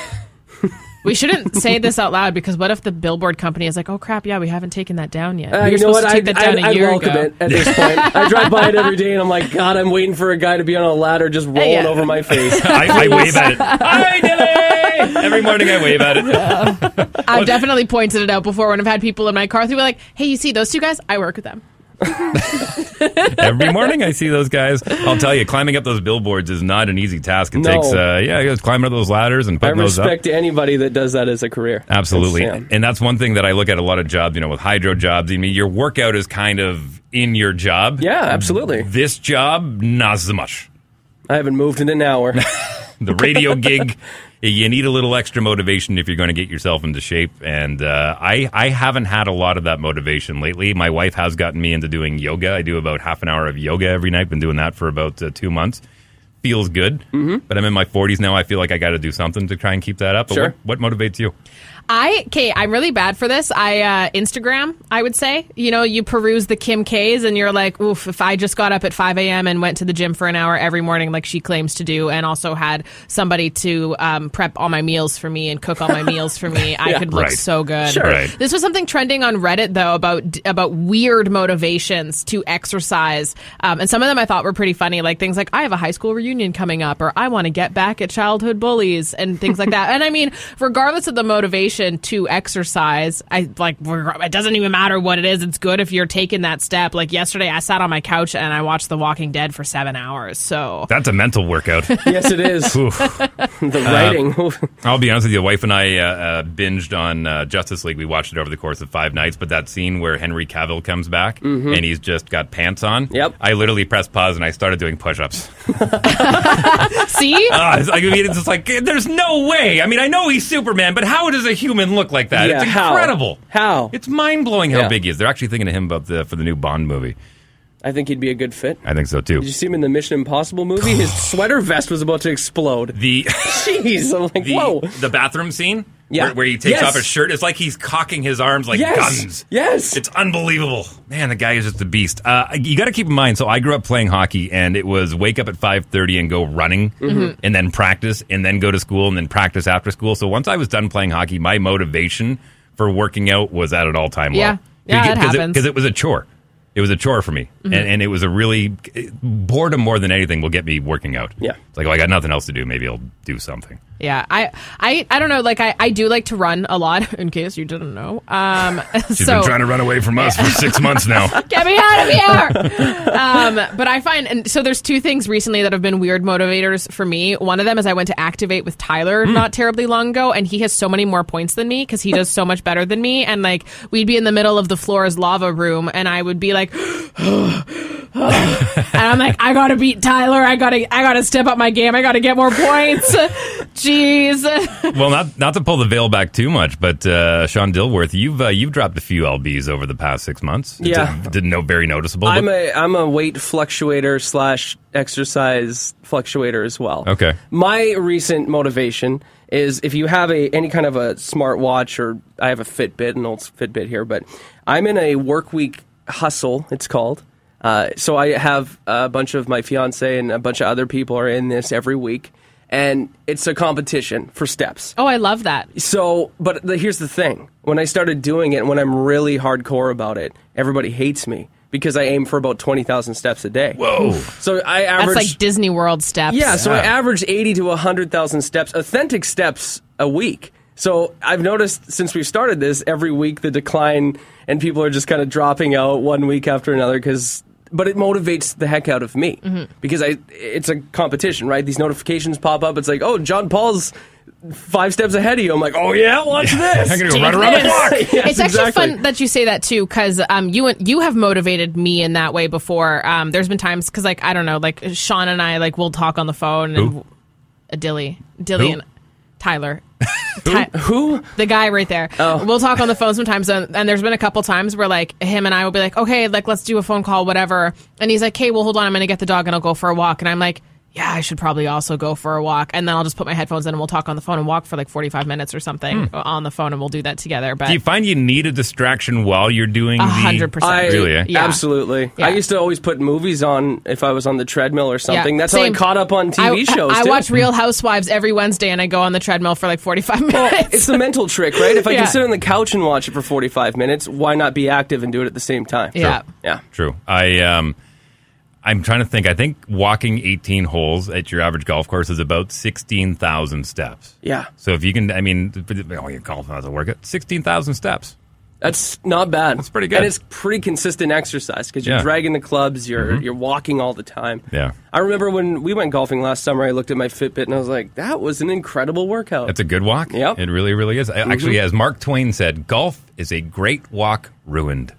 We shouldn't say this out loud because what if the billboard company is like, "Oh crap, yeah, we haven't taken that down yet." Uh, We were you know supposed what? to I, take that down I, a I year welcome ago. it at this point. I drive by it every day, and I'm like, God, I'm waiting for a guy to be on a ladder just rolling yeah. over my face. I, I wave at it. Hi, Dilly! Every morning I wave at it. I've definitely pointed it out before when I've had people in my car. They were like, "Hey, you see those two guys? I work with them." Every morning I see those guys. I'll tell you, climbing up those billboards is not an easy task. It No. takes, uh, yeah, it's climbing up those ladders and I putting those up. respect anybody that does that as a career. Absolutely. It's, yeah. And that's one thing that I look at a lot of jobs, you know, with hydro jobs. I mean, your workout is kind of in your job. Yeah, absolutely. This job, not so much. I haven't moved in an hour. The radio gig, you need a little extra motivation if you're going to get yourself into shape. And uh, I, I haven't had a lot of that motivation lately. My wife has gotten me into doing yoga. I do about half an hour of yoga every night. Been doing that for about uh, two months. Feels good. Mm-hmm. But I'm in my 40s now. I feel like I got to do something to try and keep that up. But Sure. what, what motivates you? I okay, I'm really bad for this. I uh, Instagram, I would say. You know, you peruse the Kim K's and you're like, oof, if I just got up at 5 a.m. and went to the gym for an hour every morning, like she claims to do, and also had somebody to um, prep all my meals for me and cook all my meals for me, I Yeah. could look Right. so good. Sure. Right. This was something trending on Reddit though about about weird motivations to exercise, um, and some of them I thought were pretty funny, like things like I have a high school reunion coming up, or I want to get back at childhood bullies, and things like that. And I mean, regardless of the motivation to exercise, I like reg- it doesn't even matter what it is. It's good if you're taking that step. Like yesterday, I sat on my couch and I watched The Walking Dead for seven hours. So That's a mental workout. yes, it is. Oof. the writing. Uh, I'll be honest with you. Wife and I uh, uh, binged on uh, Justice League. We watched it over the course of five nights. But that scene where Henry Cavill comes back Mhm. and he's just got pants on. Yep. I literally pressed pause and I started doing push-ups. see, Ah, it's like, I mean, it's just like there's no way. I mean, I know he's Superman, but how does a human look like that? Yeah, it's how? incredible. How? It's mind blowing how Yeah. big he is. They're actually thinking of him about the for the new Bond movie. I think he'd be a good fit. I think so too. Did you see him in the Mission Impossible movie? His sweater vest was about to explode. The jeez, I'm like, the, whoa. the bathroom scene Yeah. where, where he takes Yes. off his shirt. It's like he's cocking his arms like Yes. guns. Yes. It's unbelievable. Man, the guy is just a beast. Uh, you got to keep in mind, so I grew up playing hockey, and it was wake up at 5.30 and go running, Mm-hmm. Mhm. and then practice, and then go to school, and then practice after school. So once I was done playing hockey, my motivation for working out was at an all-time Yeah. low. Yeah, that happens. Because it, was a chore. It was a chore for me, Mhm. and, and it was a really boredom more than anything will get me working out. Yeah, it's like oh, I got nothing else to do. Maybe I'll do something. Yeah, I, I, I don't know. Like, I, I do like to run a lot. In case you didn't know, um, She's so been trying to run away from us for six months now. get me out of here. um, but I find, and so there's two things recently that have been weird motivators for me. One of them is I went to Activate with Tyler not terribly long ago, and he has so many more points than me because he does so much better than me. And like, we'd be in the middle of the floor's lava room, and I would be like, and I'm like, I gotta beat Tyler. I gotta, I gotta step up my game. I gotta get more points. Jeez. well, not not to pull the veil back too much, but uh, Sean Dilworth, you've uh, you've dropped a few lbs over the past six months. It Yeah. didn't, didn't know very noticeable. I'm but- a I'm a weight fluctuator slash exercise fluctuator as well. okay. My recent motivation is if you have a any kind of a smartwatch or I have a Fitbit, an old Fitbit here, but I'm in a work week hustle. It's called. Uh, so I have a bunch of my fiance and a bunch of other people are in this every week, and it's a competition for steps. oh, I love that. So, but the, here's the thing: when I started doing it, when I'm really hardcore about it, everybody hates me because I aim for about twenty thousand steps a day. Whoa! So I average. That's like Disney World steps. yeah, so I average eighty to hundred thousand steps, authentic steps a week. So I've noticed since we started this, every week the decline and people are just kind of dropping out one week after another because. But it motivates the heck out of me Mm-hmm. Mhm. because I it's a competition, right? These notifications pop up. It's like, oh, John Paul's five steps ahead of you. I'm like, oh yeah, watch this. I'm gonna go right around the block. Yes, it's actually exactly. fun that you say that too, because um, you and you have motivated me in that way before. Um, there's been times because like I don't know, like Sean and I like we'll talk on the phone and Who? a Dilly, Dilly Who? and Tyler. Who? The guy right there. Oh. We'll talk on the phone sometimes, and, and there's been a couple times where like him and I will be like, okay, like let's do a phone call, whatever. And he's like, hey, well, hold on, I'm gonna get the dog and I'll go for a walk. And I'm like, yeah, I should probably also go for a walk. And then I'll just put my headphones in and we'll talk on the phone and walk for like 45 minutes or something Hmm. on the phone, and we'll do that together. But Do you find you need a distraction while you're doing A the- hundred percent. I- Really? eh? Absolutely. I used to always put movies on if I was on the treadmill or something. Yeah, That's same. how I caught up on TV I, shows. I, too. watch Real Housewives every Wednesday, and I go on the treadmill for like 45 minutes. It's the mental trick, right? If I Yeah. can sit on the couch and watch it for 45 minutes, why not be active and do it at the same time? Yeah. Sure. Yeah. True. I um, I'm trying to think. I think walking 18 holes at your average golf course is about 16,000 steps. Yeah. So if you can, I mean, oh, your golf doesn't work. It's 16,000 steps. That's not bad. That's pretty good. And it's pretty consistent exercise because you're Yeah. Mm-hmm. dragging the clubs, you're you're walking all the time. Yeah. I remember when we went golfing last summer, I looked at my Fitbit and I was like, that was an incredible workout. That's a good walk. Yep. It really, really is. I- Actually, Mhm. as Mark Twain said, golf is a great walk ruined.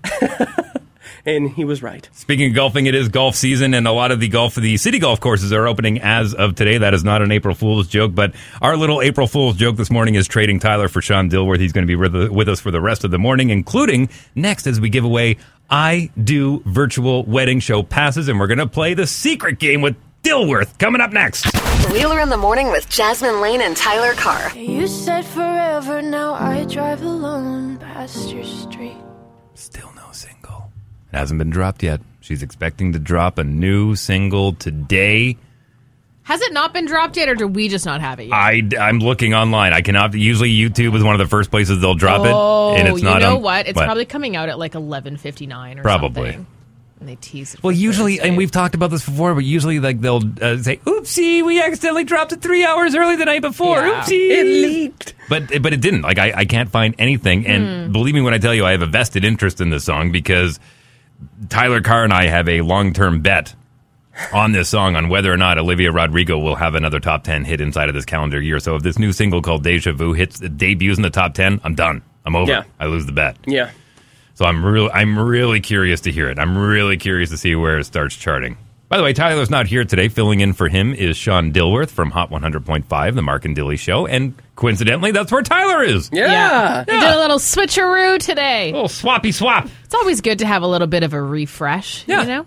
and he was right. Speaking of golfing, it is golf season, and a lot of the golf, the city golf courses are opening as of today. That is not an April Fool's joke, but our little April Fool's joke this morning is trading Tyler for Sean Dilworth. He's going to be with- with us for the rest of the morning, including next as we give away I Do virtual wedding show passes, and we're going to play the secret game with Dilworth coming up next. Wheeler in the morning with Jasmine Lane and Tyler Carr. You said forever, now I drive alone past your street. Still no single. It hasn't been dropped yet. She's expecting to drop a new single today. Has it not been dropped yet, or do we just not have it yet? I, am looking online. I cannot. Usually, YouTube is one of the first places they'll drop oh, it, and it's not. you know on- what? It's probably coming out at like 11:59 or Probably. something. And they tease it. Well, usually, and we've talked about this before, but usually, like they'll uh, say, "Oopsie, we accidentally dropped it three hours early the night before." Yeah. Oopsie, It leaked. But but it didn't. Like I, I can't find anything. And Hmm. believe me when I tell you, I have a vested interest in this song because Tyler Carr and I have a long term bet on this song on whether or not Olivia Rodrigo will have another top 10 hit inside of this calendar year. So if this new single called Deja Vu hits debuts in the top 10, I'm done. I'm over. Yeah. I lose the bet. Yeah. So I'm real I'm really curious to hear it. I'm really curious to see where it starts charting. By the way, Tyler's not here today. Filling in for him is Sean Dilworth from Hot 100.5, the Mark and Dilly show, and coincidentally, that's where Tyler is. Yeah. We did a little switcheroo today. A little swappy swap. It's always good to have a little bit of a refresh, Yeah. you know?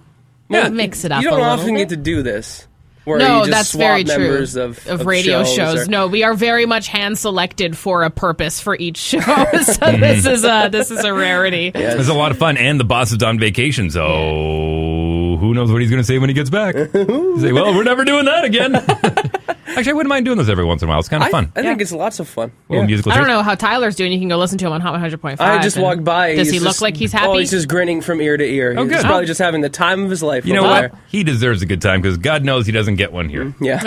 Yeah. We'll mix it up You don't a little often bit. get to do this. Where no, you just that's swap very true. members Of, radio shows, or- no, we are very much hand selected for a purpose for each show. so Mm-hmm. this is a this is a rarity. It was a lot of fun, and the boss is on vacation, so who knows what he's going to say when he gets back? He'll say, well, we're never doing that again. Actually, I wouldn't mind doing this every once in a while. It's kind of fun. I think it's lots of fun. Little musical I don't chairs. know how Tyler's doing. You can go listen to him on Hot 100.5. I just and- walked by. Does he's he look just- like he's Oh, happy? he's just grinning from ear to ear. Oh, he's good. probably Oh. just having the time of his life. You know over what? there. He deserves a good time because God knows he doesn't get one here. Yeah.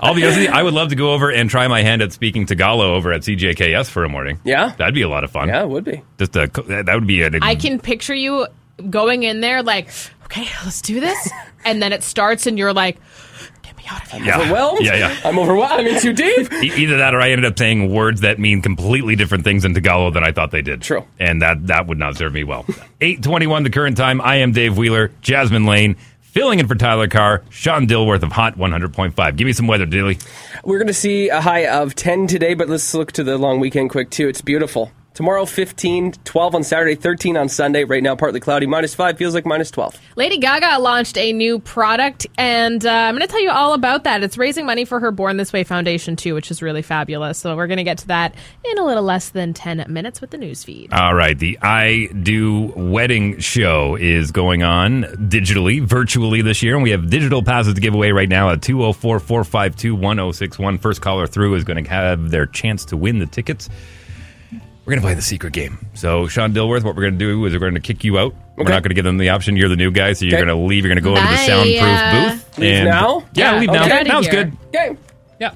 I'll be honest with you, I would love to go over and try my hand at speaking Tagalog over at CJKS for a morning. Yeah. That'd be a lot of fun. Yeah, it would be. Just a, that would be an I can picture you going in there like, okay, let's do this, and then it starts, and you're like, I'm overwhelmed. Yeah, yeah. I'm overwhelmed. I'm in too deep. E- Either that, or I ended up saying words that mean completely different things in Tagalog than I thought they did. True, and that that would not serve me well. Eight twenty-one, the current time. I am Dave Wheeler, Jasmine Lane, filling in for Tyler Carr, Sean Dilworth of Hot one hundred point five. Give me some weather, Dilly. We're going to see a high of 10 today, but let's look to the long weekend quick, too. It's beautiful. Tomorrow, 15, 12 on Saturday, 13 on Sunday. Right now, partly cloudy, minus 5, feels like minus 12. Lady Gaga launched a new product, and uh, I'm going to tell you all about that. It's raising money for her Born This Way Foundation, too, which is really fabulous. So we're going to get to that in a little less than 10 minutes with the news feed. All right. The I Do Wedding Show is going on digitally, virtually this year. And we have digital passes to give away right now at 204 452 1061. First caller through is going to have their chance to win the tickets. We're going to play the secret game. So, Sean Dilworth, what we're going to do is we're going to kick you out. We're Okay. not going to give them the option. You're the new guy, so you're Okay. going to leave. You're going to go into the Bye, soundproof uh, booth. Leave now? Yeah, Yeah, leave okay. now. Get outta Now's here. good. Okay. Yeah.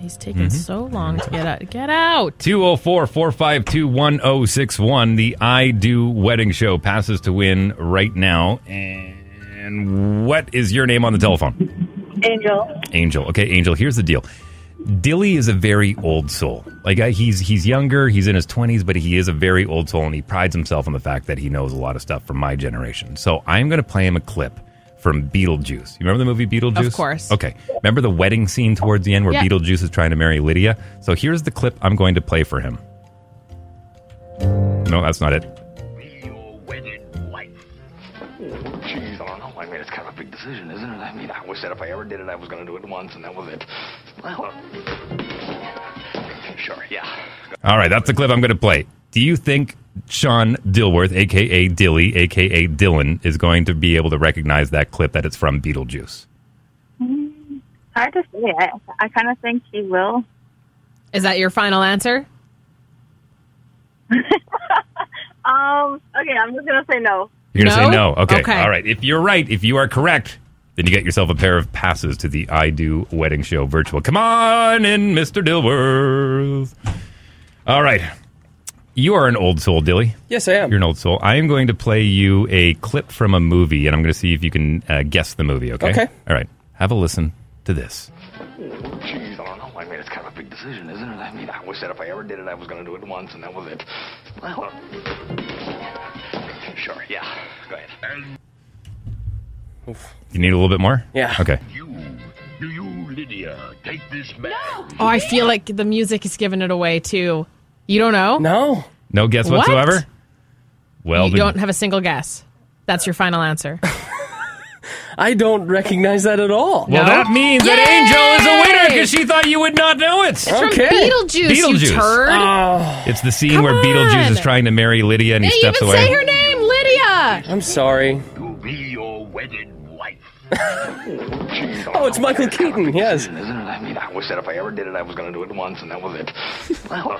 He's taking so long to get out. Get out. 204 452 1061. The I Do Wedding Show passes to win right now. And what is your name on the telephone? Angel. Angel. Okay, Angel, here's the deal. Dilly is a very old soul. Like I, he's he's younger, he's in his 20s, but he is a very old soul and he prides himself on the fact that he knows a lot of stuff from my generation. So I'm going to play him a clip from Beetlejuice. You remember the movie Beetlejuice? course. Okay. Remember the wedding scene towards the end where Yeah. Beetlejuice is trying to marry Lydia? So here's the clip I'm going to play for him. No, that's not it. Jeez, I don't know. I mean, it's kind of a big decision, isn't it? I mean, I always said if I ever did it, I was going to do it once, and that was it. Well, sure, yeah. All right, that's the clip I'm going to play. Do you think Sean Dilworth, aka Dilly, aka Dylan, is going to be able to recognize that clip that it's from Beetlejuice? Mm, Hard to say. I, I kind of think she will. Is that your final answer? Um. Okay, I'm just gonna say no. You're going to say No? no. Okay. Okay. All right. If you're right, if you are correct, then you get yourself a pair of passes to the I Do Wedding Show virtual. Come on in, Mr. Dilworth. All right. You are an old soul, Dilly. Yes, I am. You're an old soul. I am going to play you a clip from a movie, and I'm going to see if you can uh, guess the movie, okay? Okay. All right. Have a listen to this. Jeez, I don't know. I mean, it's kind of a big decision, isn't it? I mean, I always said if I ever did it, I was going to do it once, and that was it. Well, sure, yeah. Go ahead. You need a little bit more? Yeah. Okay. Do you, Lydia, take this man? Oh, I feel like the music is giving it away too. You don't know? No. No guess What? whatsoever? Well, you then- don't have a single guess. That's your final answer. I don't recognize that at all. Well, that means that Angel is a winner because she thought you would not know it. It's from Okay. Beetlejuice, you Beetlejuice. turd. It's the scene where Beetlejuice is trying to marry Lydia and he they even steps away. say her name, Lydia. I'm sorry. Oh, it's Michael Keaton, yes. Isn't it? I mean, I always said if I ever did it, I was going to do it once, and that was it. Well,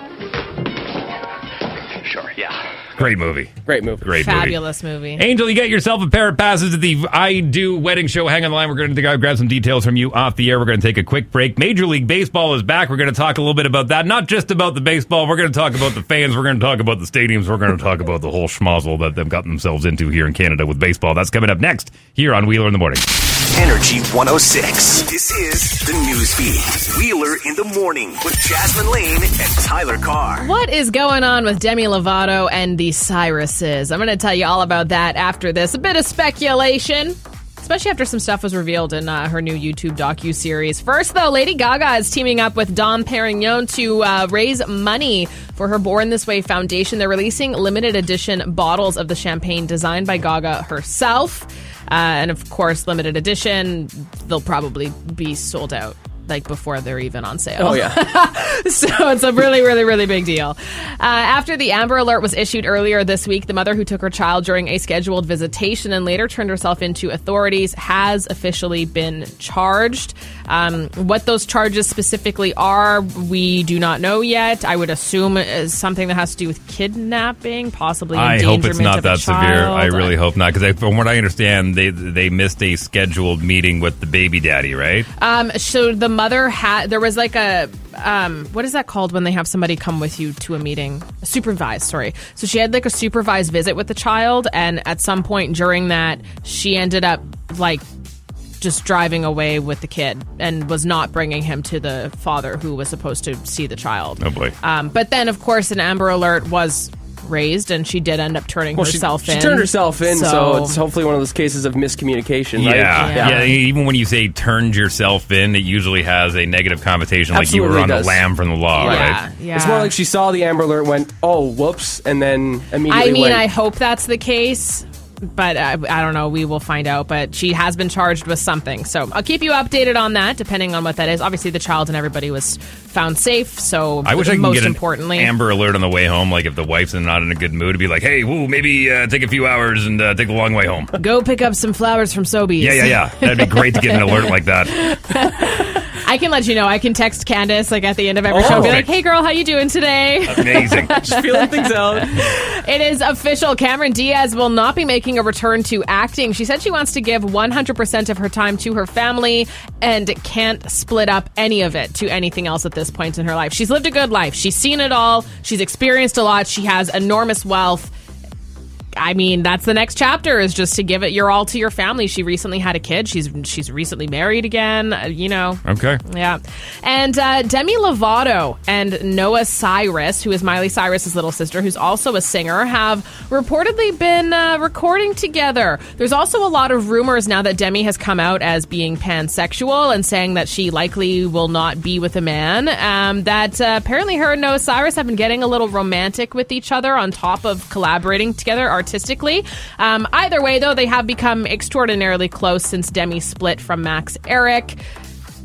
sure, yeah. Great movie. Great movie. Great Fabulous movie. movie. Angel, you get yourself a pair of passes to the I Do Wedding Show. Hang on the line. We're going to grab some details from you off the air. We're going to take a quick break. Major League Baseball is back. We're going to talk a little bit about that. Not just about the baseball. We're going to talk about the fans. We're going to talk about the stadiums. We're going to talk about the whole schmozzle that they've gotten themselves into here in Canada with baseball. That's coming up next here on Wheeler in the Morning. Energy 106. This is the news feed. Wheeler in the morning with Jasmine Lane and Tyler Carr. What is going on with Demi Lovato and the Cyruses? I'm going to tell you all about that after this. A bit of speculation, especially after some stuff was revealed in uh, her new YouTube docu series. First, though, Lady Gaga is teaming up with Dom Perignon to uh, raise money for her Born This Way Foundation. They're releasing limited edition bottles of the champagne designed by Gaga herself, uh, and of course, limited edition. They'll probably be sold out like before they're even on sale. Oh, yeah. so it's a really, really, really big deal. Uh, after the Amber Alert was issued earlier this week, the mother who took her child during a scheduled visitation and later turned herself into authorities has officially been charged. Um, what those charges specifically are, we do not know yet. I would assume it's something that has to do with kidnapping, possibly. I hope it's endangerment not of a that severe. I child. really hope not because from what I understand, they they missed a scheduled meeting with the baby daddy, right? Um, so the mother had there was like a um, what is that called when they have somebody come with you to a meeting? Supervised, sorry. So she had like a supervised visit with the child, and at some point during that, she ended up like just driving away with the kid and was not bringing him to the father who was supposed to see the child. Oh boy. Um, but then, of course, an Amber Alert was raised, and she did end up turning Well, she, herself she in. turned herself in, so. it's hopefully one of those cases of miscommunication. Yeah. yeah, right? Even when you say turned yourself in, it usually has a negative connotation, like you were Absolutely on a does. lamb from the law, right? yeah. It's more like she saw the Amber Alert, went, "Oh, whoops," and then immediately I mean, went, I hope that's the case, but I, I don't know. We will find out. But she has been charged with something, so I'll keep you updated on that, depending on what that is. Obviously, the child and everybody was found safe. So I wish I could most get an importantly, Amber Alert on the way home. Like if the wife's not in a good mood, to be like, "Hey, woo, maybe uh, take a few hours and uh, take the long way home." go pick up some flowers from Sobeys. yeah, yeah, yeah. That'd be great to get an alert like that. I can let you know. I can text Candace like at the end of every Oh. show, and be like, Perfect. "Hey, girl, how you doing today?" Amazing. Just feeling things out. It is official. Cameron Diaz will not be making a return to acting. She said she wants to give 100% of her time to her family and can't split up any of it to anything else at this point in her life. She's lived a good life. She's seen it all. She's experienced a lot. She has enormous wealth. I mean, that's the next chapter is just to give it your all to your family. She recently had a kid. She's she's recently married again. Uh, You know, Okay. yeah. And uh, Demi Lovato and Noah Cyrus, who is Miley Cyrus's little sister, who's also a singer, have reportedly been uh, recording together. There's also a lot of rumors now that Demi has come out as being pansexual and saying that she likely will not be with a man. Um, that uh, apparently her and Noah Cyrus have been getting a little romantic with each other on top of collaborating together artistically. Um, either way, though, they have become extraordinarily close since Demi split from Max Eric.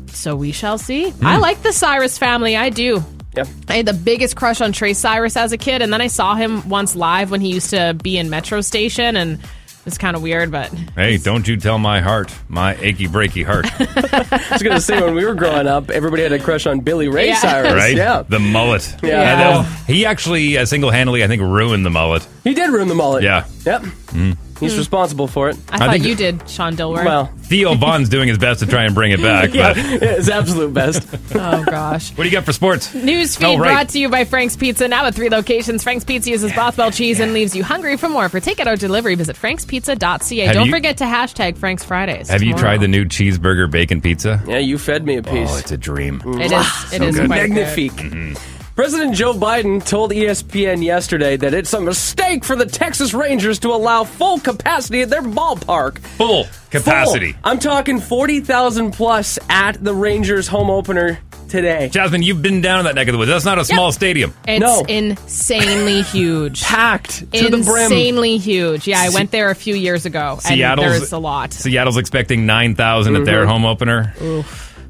So we shall see. I like the Cyrus family. I do. Yep. I had the biggest crush on Trey Cyrus as a kid, and then I saw him once live when he used to be in Metro Station, and it's kind of weird, but Hey, don't you tell my heart, my achy breaky heart. I was gonna say when we were growing up, everybody had a crush on Billy Ray Cyrus. right? Yeah. The mullet. Yeah. Uh, that was- he actually uh, single handedly, I think, ruined the mullet. He did ruin the mullet. Yeah. Yep. Mm. He's Hmm. responsible for it. I thought you did, Sean Dilworth. Theo Vaughn's doing his best to try and bring it back. Yeah, his absolute best. oh gosh. What do you got for sports? Newsfeed Oh, right. brought to you by Frank's Pizza. Now at three locations, Frank's Pizza uses Bothwell cheese and leaves you hungry for more. For takeout or delivery, visit frankspizza.ca. Have Don't you- forget to hashtag Frank's Fridays. Have you tomorrow. tried the new cheeseburger bacon pizza? Yeah, you fed me a piece. Oh, it's a dream. It is. It is quite good. Magnifique. President Joe Biden told E ESPN yesterday that it's a mistake for the Texas Rangers to allow full capacity at their ballpark. Full capacity. I'm talking 40,000 plus at the Rangers home opener today. Jasmine, you've been down in that neck of the woods. That's not a small stadium. It's No. insanely huge. Packed to the brim. Insanely huge. Yeah, I went there a few years ago, and Seattle's- there's a lot. Seattle's expecting 9,000 at their Mhm. home opener.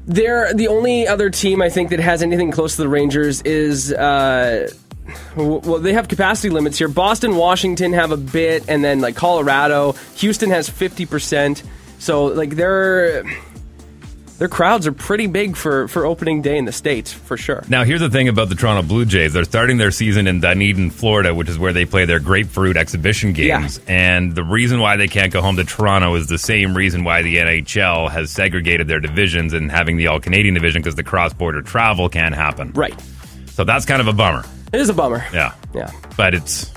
They're the only other team I think that has anything close to the Rangers is uh, w- well they have capacity limits here. Boston, Washington have a bit, and then like Colorado, Houston has fifty percent. So like their their crowds are pretty big for for opening day in the states for sure. Now, here's the thing about the Toronto Blue Jays. They're starting their season in Dunedin, Florida, which is where they play their grapefruit exhibition games. And the reason why they can't go home to Toronto is the same reason why the NHL has segregated their divisions and having the All Canadian division because the cross border travel can't happen. Right. So that's kind of a bummer. It is a bummer. Yeah. Yeah. But it's.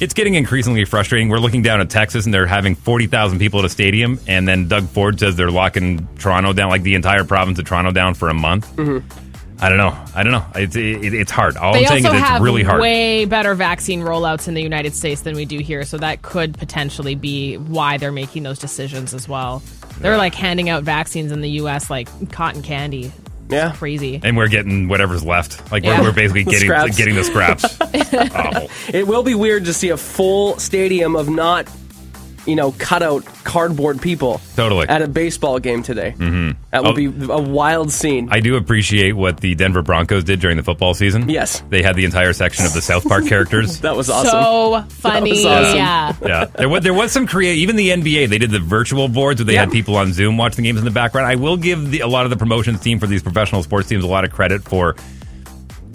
It's getting increasingly frustrating. We're looking down at Texas, and they're having forty thousand people at a stadium. And then Doug Ford says they're locking Toronto down, like the entire province of Toronto down for a month. Mhm. I don't know. I don't know. It's it, it's hard. All I'm they saying also is it's have really hard. way better vaccine rollouts in the United States than we do here, so that could potentially be why they're making those decisions as well. They're like handing out vaccines in the U.S. like cotton candy. Yeah, crazy. and we're getting whatever's left. Like Yeah. we're, we're basically The getting scraps. getting the scraps. It will be weird to see a full stadium of not you know cut out cardboard people Totally. at a baseball game today. hmm That would be a wild scene. I do appreciate what the Denver Broncos did during the football season. Yes. they had the entire section of the South Park characters. That was So funny. awesome. Yeah. yeah, there was there was some create. Even the NBA, they did the virtual boards where they had people on Zoom watching the games in the background. I will give the, a lot of the promotions team for these professional sports teams a lot of credit for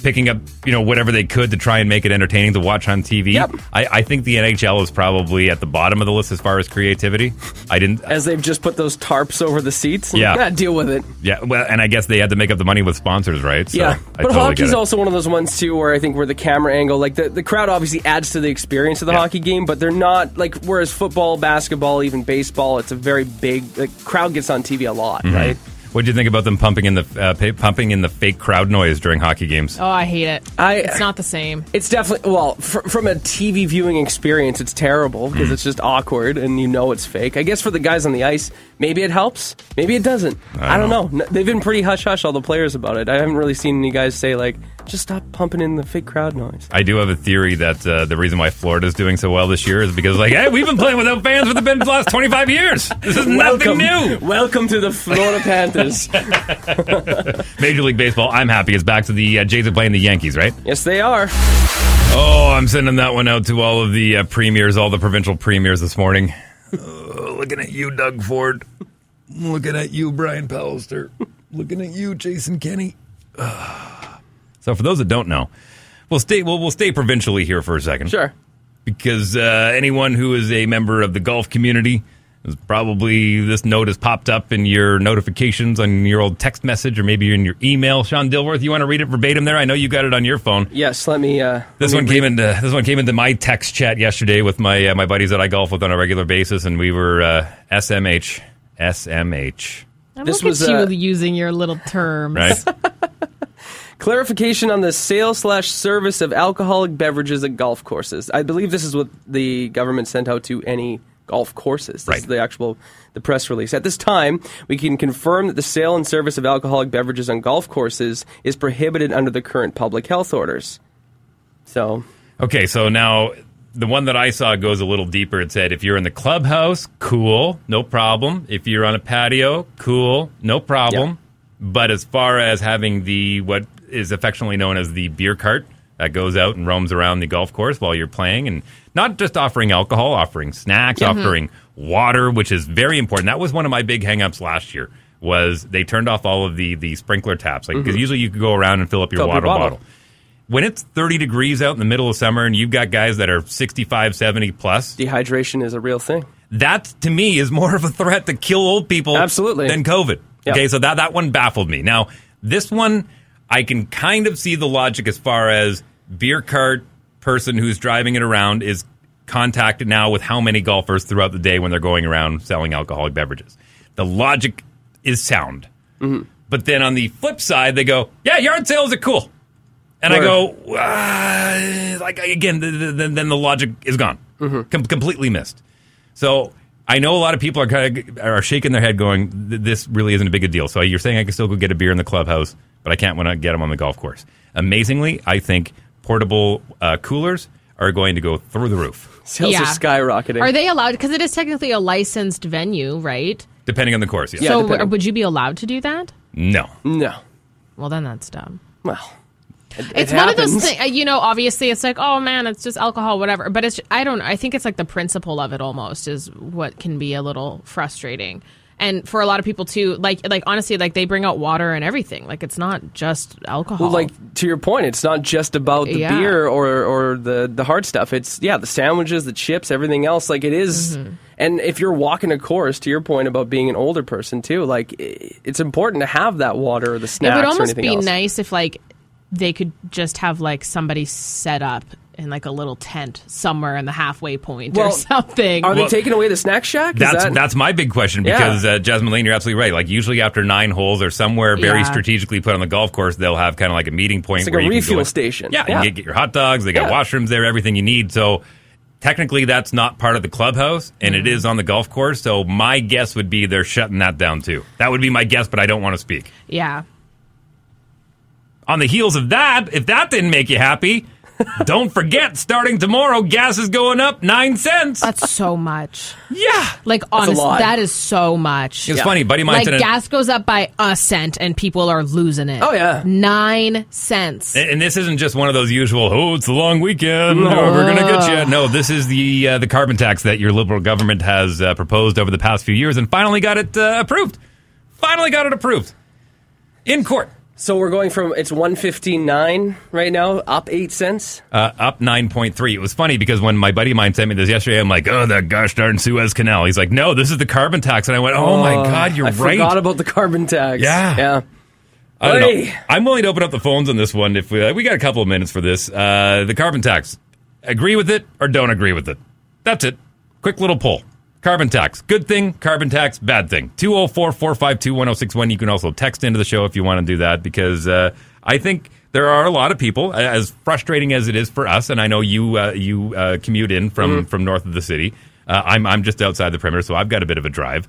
picking up you know whatever they could to try and make it entertaining to watch on TV. I, I think the NHL is probably at the bottom of the list as far as creativity. I didn't as they've just put those tarps over the seats. Yeah. Gotta deal with it. Yeah, well, and I guess they had to make up the money with sponsors, right? So yeah, I but totally get hockey's it. also one of those ones too, where I think where the camera angle, like the, the crowd, obviously adds to the experience of the hockey game, but they're not like whereas football, basketball, even baseball, it's a very big like crowd gets on TV a lot, Mhm. right? What do you think about them pumping in the uh, pa- pumping in the fake crowd noise during hockey games? Oh, I hate it. I, it's not the same. It's definitely well fr- from a TV viewing experience. It's terrible because it's just awkward and you know it's fake. I guess for the guys on the ice, maybe it helps, maybe it doesn't. I, don't know. N- They've been pretty hush hush all the players about it. I haven't really seen any guys say like, just stop pumping in the fake crowd noise. I do have a theory that uh, the reason why Florida's doing so well this year is because, like, hey, we've been playing without fans for the been- last 25 years. This is nothing new. Welcome to the Florida Panthers. Major League Baseball, I'm happy. It's back to the uh, Jays are playing the Yankees, right? yes, they are. Oh, I'm sending that one out to all of the uh, premiers, all the provincial premiers this morning. Uh, looking at you, Doug Ford. Looking at you, Brian Pallister. Looking at you, Jason Kenny. So for those that don't know, we'll stay we'll, we'll stay provincially here for a second. Sure. Because uh, anyone who is a member of the golf community is probably this note has popped up in your notifications on your old text message or maybe in your email. Sean Dilworth, you want to read it verbatim there? I know you got it on your phone. Yes, let me. Uh, This let one me came into this one came into my text chat yesterday with my uh, my buddies that I golf with on a regular basis, and we were uh, SMH SMH. I'm This looking was, at you uh, with using your little terms. Right. Clarification on the sale slash service of alcoholic beverages at golf courses. I believe this is what the government sent out to any golf courses. This is the actual the press release. At this time, we can confirm that the sale and service of alcoholic beverages on golf courses is prohibited under the current public health orders. So Okay, so now the one that I saw goes a little deeper. It said if you're in the clubhouse, cool, no problem. If you're on a patio, cool, no problem. But as far as having the what is affectionately known as the beer cart that goes out and roams around the golf course while you're playing and not just offering alcohol, offering snacks, Yeah. Mhm. offering water, which is very important. That was one of my big hangups last year was they turned off all of the the sprinkler taps. Like because Mhm. usually you could go around and fill up your Fill up your water bottle. bottle when it's 30 degrees out in the middle of summer and you've got guys that are 65 70 plus dehydration is a real thing that to me is more of a threat to kill old people absolutely than covid Yeah. okay so that, that one baffled me now this one i can kind of see the logic as far as beer cart person who's driving it around is contacted now with how many golfers throughout the day when they're going around selling alcoholic beverages the logic is sound but then on the flip side they go yeah yard sales are cool and I Word. go, uh, like again, th- th- then then the logic is gone, Com- completely missed. So I know a lot of people are kind of are shaking their head, going, "Th- "This really isn't a big a deal." So you're saying I can still go get a beer in the clubhouse, but I can't when I get them on the golf course. Amazingly, I think portable uh, coolers are going to go through the roof. Sales are Yeah. skyrocketing. Are they allowed? Because it is technically a licensed venue, right? Depending on the course, yes. so w- would you be allowed to do that? no, no. Well, then that's dumb. Well, it- It's it one of those happens. things, you know. Obviously, it's like, oh man, it's just alcohol, whatever. But it's, I don't. I think it's like the principle of it almost is what can be a little frustrating, and for a lot of people too. Like, like honestly, like they bring out water and everything. Like, it's not just alcohol. Well, like to your point, it's not just about the Oh. Yeah. beer or or the the hard stuff. It's yeah, the sandwiches, the chips, everything else. Like it is- Mm-hmm. and if you're walking a course, to your point about being an older person too, like i- it's important to have that water or the it snacks would or almost anything be else. nice if like they could just have like somebody set up in like a little tent somewhere in the halfway point or Well, something. Are they taking away the snack shack? Is That's that- that's my big question Yeah. because uh, Jasmine Lane, you're absolutely right. Like usually after nine holes or somewhere very Yeah. strategically put on the golf course, they'll have kind of like a meeting point It's like where a you can go refuel in- station. Yeah, Yeah. and you get your hot dogs. They got Yeah. washrooms there, everything you need. So technically, that's not part of the clubhouse, and Mm-hmm. it is on the golf course. So my guess would be they're shutting that down too. That would be my guess, but I don't want to speak. Yeah. On the heels of that, if that didn't make you happy, don't forget starting tomorrow, gas is going up nine cents. That's so much. Yeah. Like a honestly, lot. that is so much. It's funny, buddy of mine's Like in an- gas goes up by a cent and people are losing it. Oh, yeah. Nine cents. And, and this isn't just one of those usual, oh, it's the long weekend, oh, we're going to get you. No, this is the uh, the carbon tax that your liberal government has uh, proposed over the past few years and finally got it uh, approved. Finally got it approved in court. So we're going from it's one fifty nine right now, up eight cents. Uh, up 9.3. It was funny because when my buddy of mine sent me this yesterday, I'm like, oh, the gosh darn Suez Canal. He's like, no, this is the carbon tax. And I went, oh, my God, you're I right. Forgot about the carbon tax. Yeah. yeah. I don't know. Hey. I'm willing to open up the phones on this one if we, we got a couple of minutes for this. Uh, the carbon tax, agree with it or don't agree with it. That's it. Quick little poll. Carbon tax, good thing. Carbon tax, bad thing. 204 452 1061. You can also text into the show if you want to do that because uh, I think there are a lot of people, a- as frustrating as it is for us, and I know you uh, you uh, commute in from, from north of the city. Uh, I'm, I'm just outside the perimeter, so I've got a bit of a drive.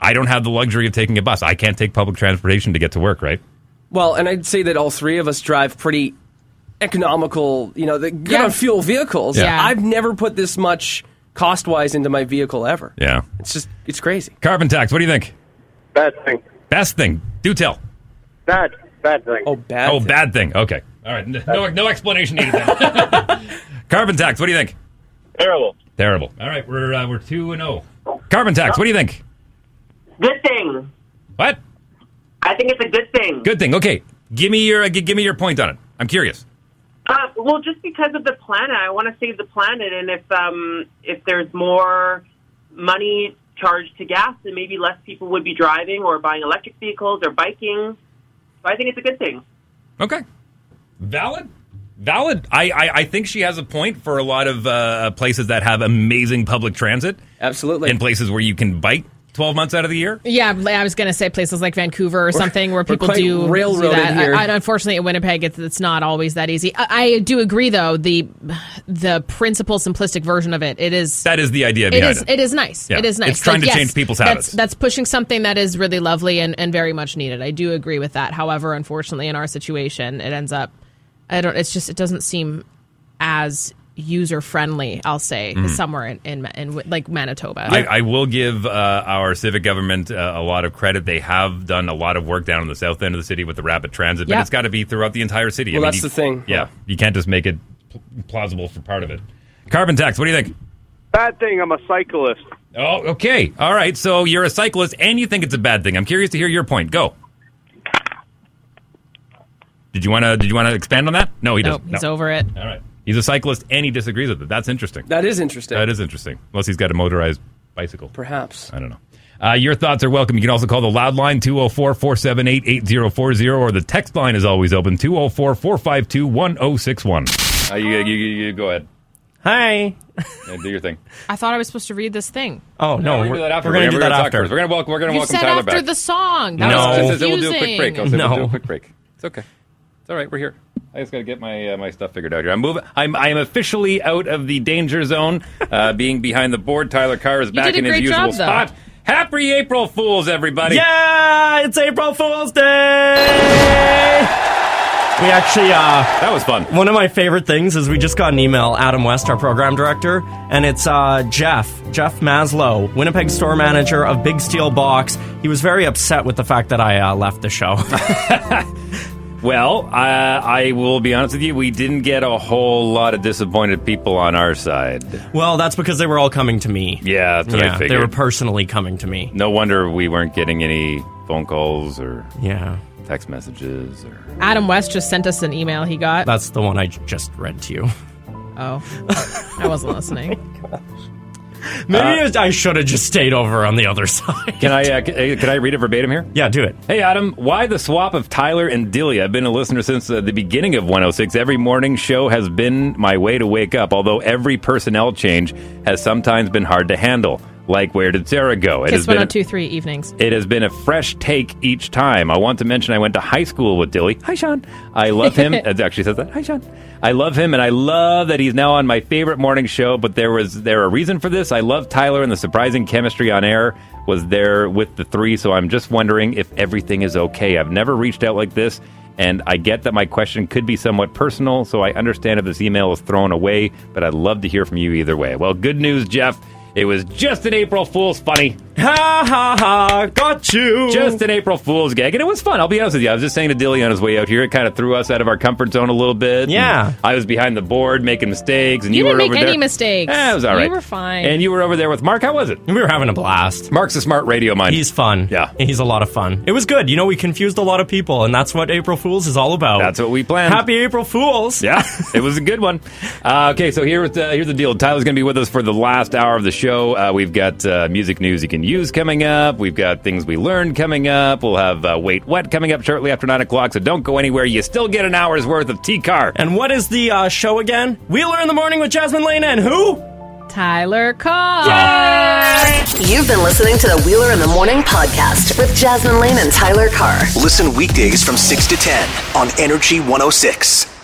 I don't have the luxury of taking a bus. I can't take public transportation to get to work, right? Well, and I'd say that all three of us drive pretty economical, you know, the good on fuel vehicles. Yeah. Yeah. I've never put this much cost wise into my vehicle ever. Yeah. It's just, it's crazy. Carbon tax, what do you think? Bad thing. Best thing. Do tell. Bad, bad thing. Oh, bad. oh, bad thing. Okay. All right. N- No, no explanation needed. then. Carbon tax, what do you think? Terrible. Terrible. All right, we're uh, we're two and zero. Carbon tax, what do you think? Good thing. What? I think it's a good thing. Good thing. Okay, give me your uh, gi- give me your point on it. I'm curious. Uh, well, just because of the planet, I want to save the planet, and if um, if there's more money charged to gas, then maybe less people would be driving or buying electric vehicles or biking. So I think it's a good thing. Okay. Valid. Valid. I, I, I think she has a point for a lot of uh, places that have amazing public transit. Absolutely. And places where you can bike 12 months out of the year. Yeah, li- I was going to say places like Vancouver or something where we're people quite do do railroaded that. I- here. I- unfortunately, in Winnipeg, it's, it's not always that easy. I, I do agree, though the the principal simplistic version of it. It is That is the idea it behind is it is nice. Yeah. It is nice. It's trying to change people's that's- habits. That's, pushing something that is really lovely and, and very much needed. I do agree with that. However, unfortunately, in our situation, it ends up. I don't. It's just it doesn't seem as user friendly. I'll say Mm. somewhere in, in in like Manitoba. I, I will give uh, our civic government uh, a lot of credit. They have done a lot of work down in the south end of the city with the rapid transit, but Yeah. it's got to be throughout the entire city. Well, that's you- the thing. Yeah, you can't just make it pl- plausible for part of it. Carbon tax. What do you think? Bad thing, I'm a cyclist. Oh, okay. All right. So you're a cyclist and you think it's a bad thing. I'm curious to hear your point. Go. Did you want to? Did you want to expand on that? No, he Nope, doesn't. he's No. over it. All right. He's a cyclist and he disagrees with it. That's interesting. That is interesting. That is interesting. Unless he's got a motorized bicycle. Perhaps. I don't know. Uh, your thoughts are welcome. You can also call the loud line 204 478 8040 or the text line is always open 204 452 1061. Uh, You you go ahead. Hi. Do your thing. I thought I was supposed to read this thing. Oh no, we're gonna do that after. We're gonna do that talk after. first. We're gonna welcome. We're gonna you welcome said Tyler after back. the song. That No. was I'll say confusing. we'll do a quick break. I'll say we'll do a No. quick break. It's okay. It's all right. We're here. I just got to get my uh, my stuff figured out here. I'm moving. I'm I'm officially out of the danger zone. Uh, being behind the board, Tyler Carr is You back did a in his great usual job, though. spot. Happy April Fools, everybody! Yeah, Uh, it's April Fool's Day. We actually, uh, that was fun. One of my favorite things is we just got an email, Adam West, our program director, and it's uh, Jeff, Jeff Maslow, Winnipeg store manager of Big Steel Box. He was very upset with the fact that I uh, left the show. Well, uh, I will be honest with you. We didn't get a whole lot of disappointed people on our side. well, that's because they were all coming to me. Yeah, that's what I yeah, they figured. were personally coming to me. No wonder we weren't getting any phone calls or yeah text messages or Adam West just sent us an email he got. That's the one I j- just read to you. oh, I wasn't listening. Maybe Uh, I should have just stayed over on the other side. Can I uh, c- uh, can I read it verbatim here? Yeah, do it. Hey Adam, why the swap of Tyler and Dilly? I've been a listener since uh, the beginning of 106. Every morning show has been my way to wake up, although every personnel change has sometimes been hard to handle. Like where did Sarah go? Kiss been a- 1023 evenings. It has been a fresh take each time. I want to mention I went to high school with Dilly. Hi, Sean. I love him. it actually says that. Hi, Sean. I love him, and I love that he's now on my favorite morning show. But there was there a reason for this. I love Tyler, and the surprising chemistry on air was there with the three. So I'm just wondering if everything is okay. I've never reached out like this. And I get that my question could be somewhat personal, so I understand if this email is thrown away, but I'd love to hear from you either way. Well, good news, Jeff. It was just an April Fool's funny. Ha ha ha! Got you. Just an April Fool's gag, and it was fun. I'll be honest with you. I was just saying to Dilly on his way out here, it kind of threw us out of our comfort zone a little bit. Yeah. And I was behind the board making mistakes, and you, didn't were make over any there. mistakes. Eh, it was all right. You were fine. And you were over there with Mark. How was it? We were having a blast. Mark's a smart radio mind. He's fun. Yeah. He's a lot of fun. It was good. You know, we confused a lot of people, and that's what April Fools is all about. That's what we planned. Happy April Fools. Yeah, it was a good one. Uh, okay, so here's the, here's the deal. Tyler's going to be with us for the last hour of the show. Uh, we've got uh, music news you can use coming up. We've got things we learned coming up. We'll have uh, Wait What coming up shortly after 9 o'clock, so don't go anywhere. You still get an hour's worth of T-Car. And what is the uh, show again? Wheeler in the Morning with Jasmine Lane and who? Tyler Cobb. You've been listening to the Wheeler in the Morning podcast with Jasmine Lane and Tyler Carr. Listen weekdays from 6 to 10 on Energy 106.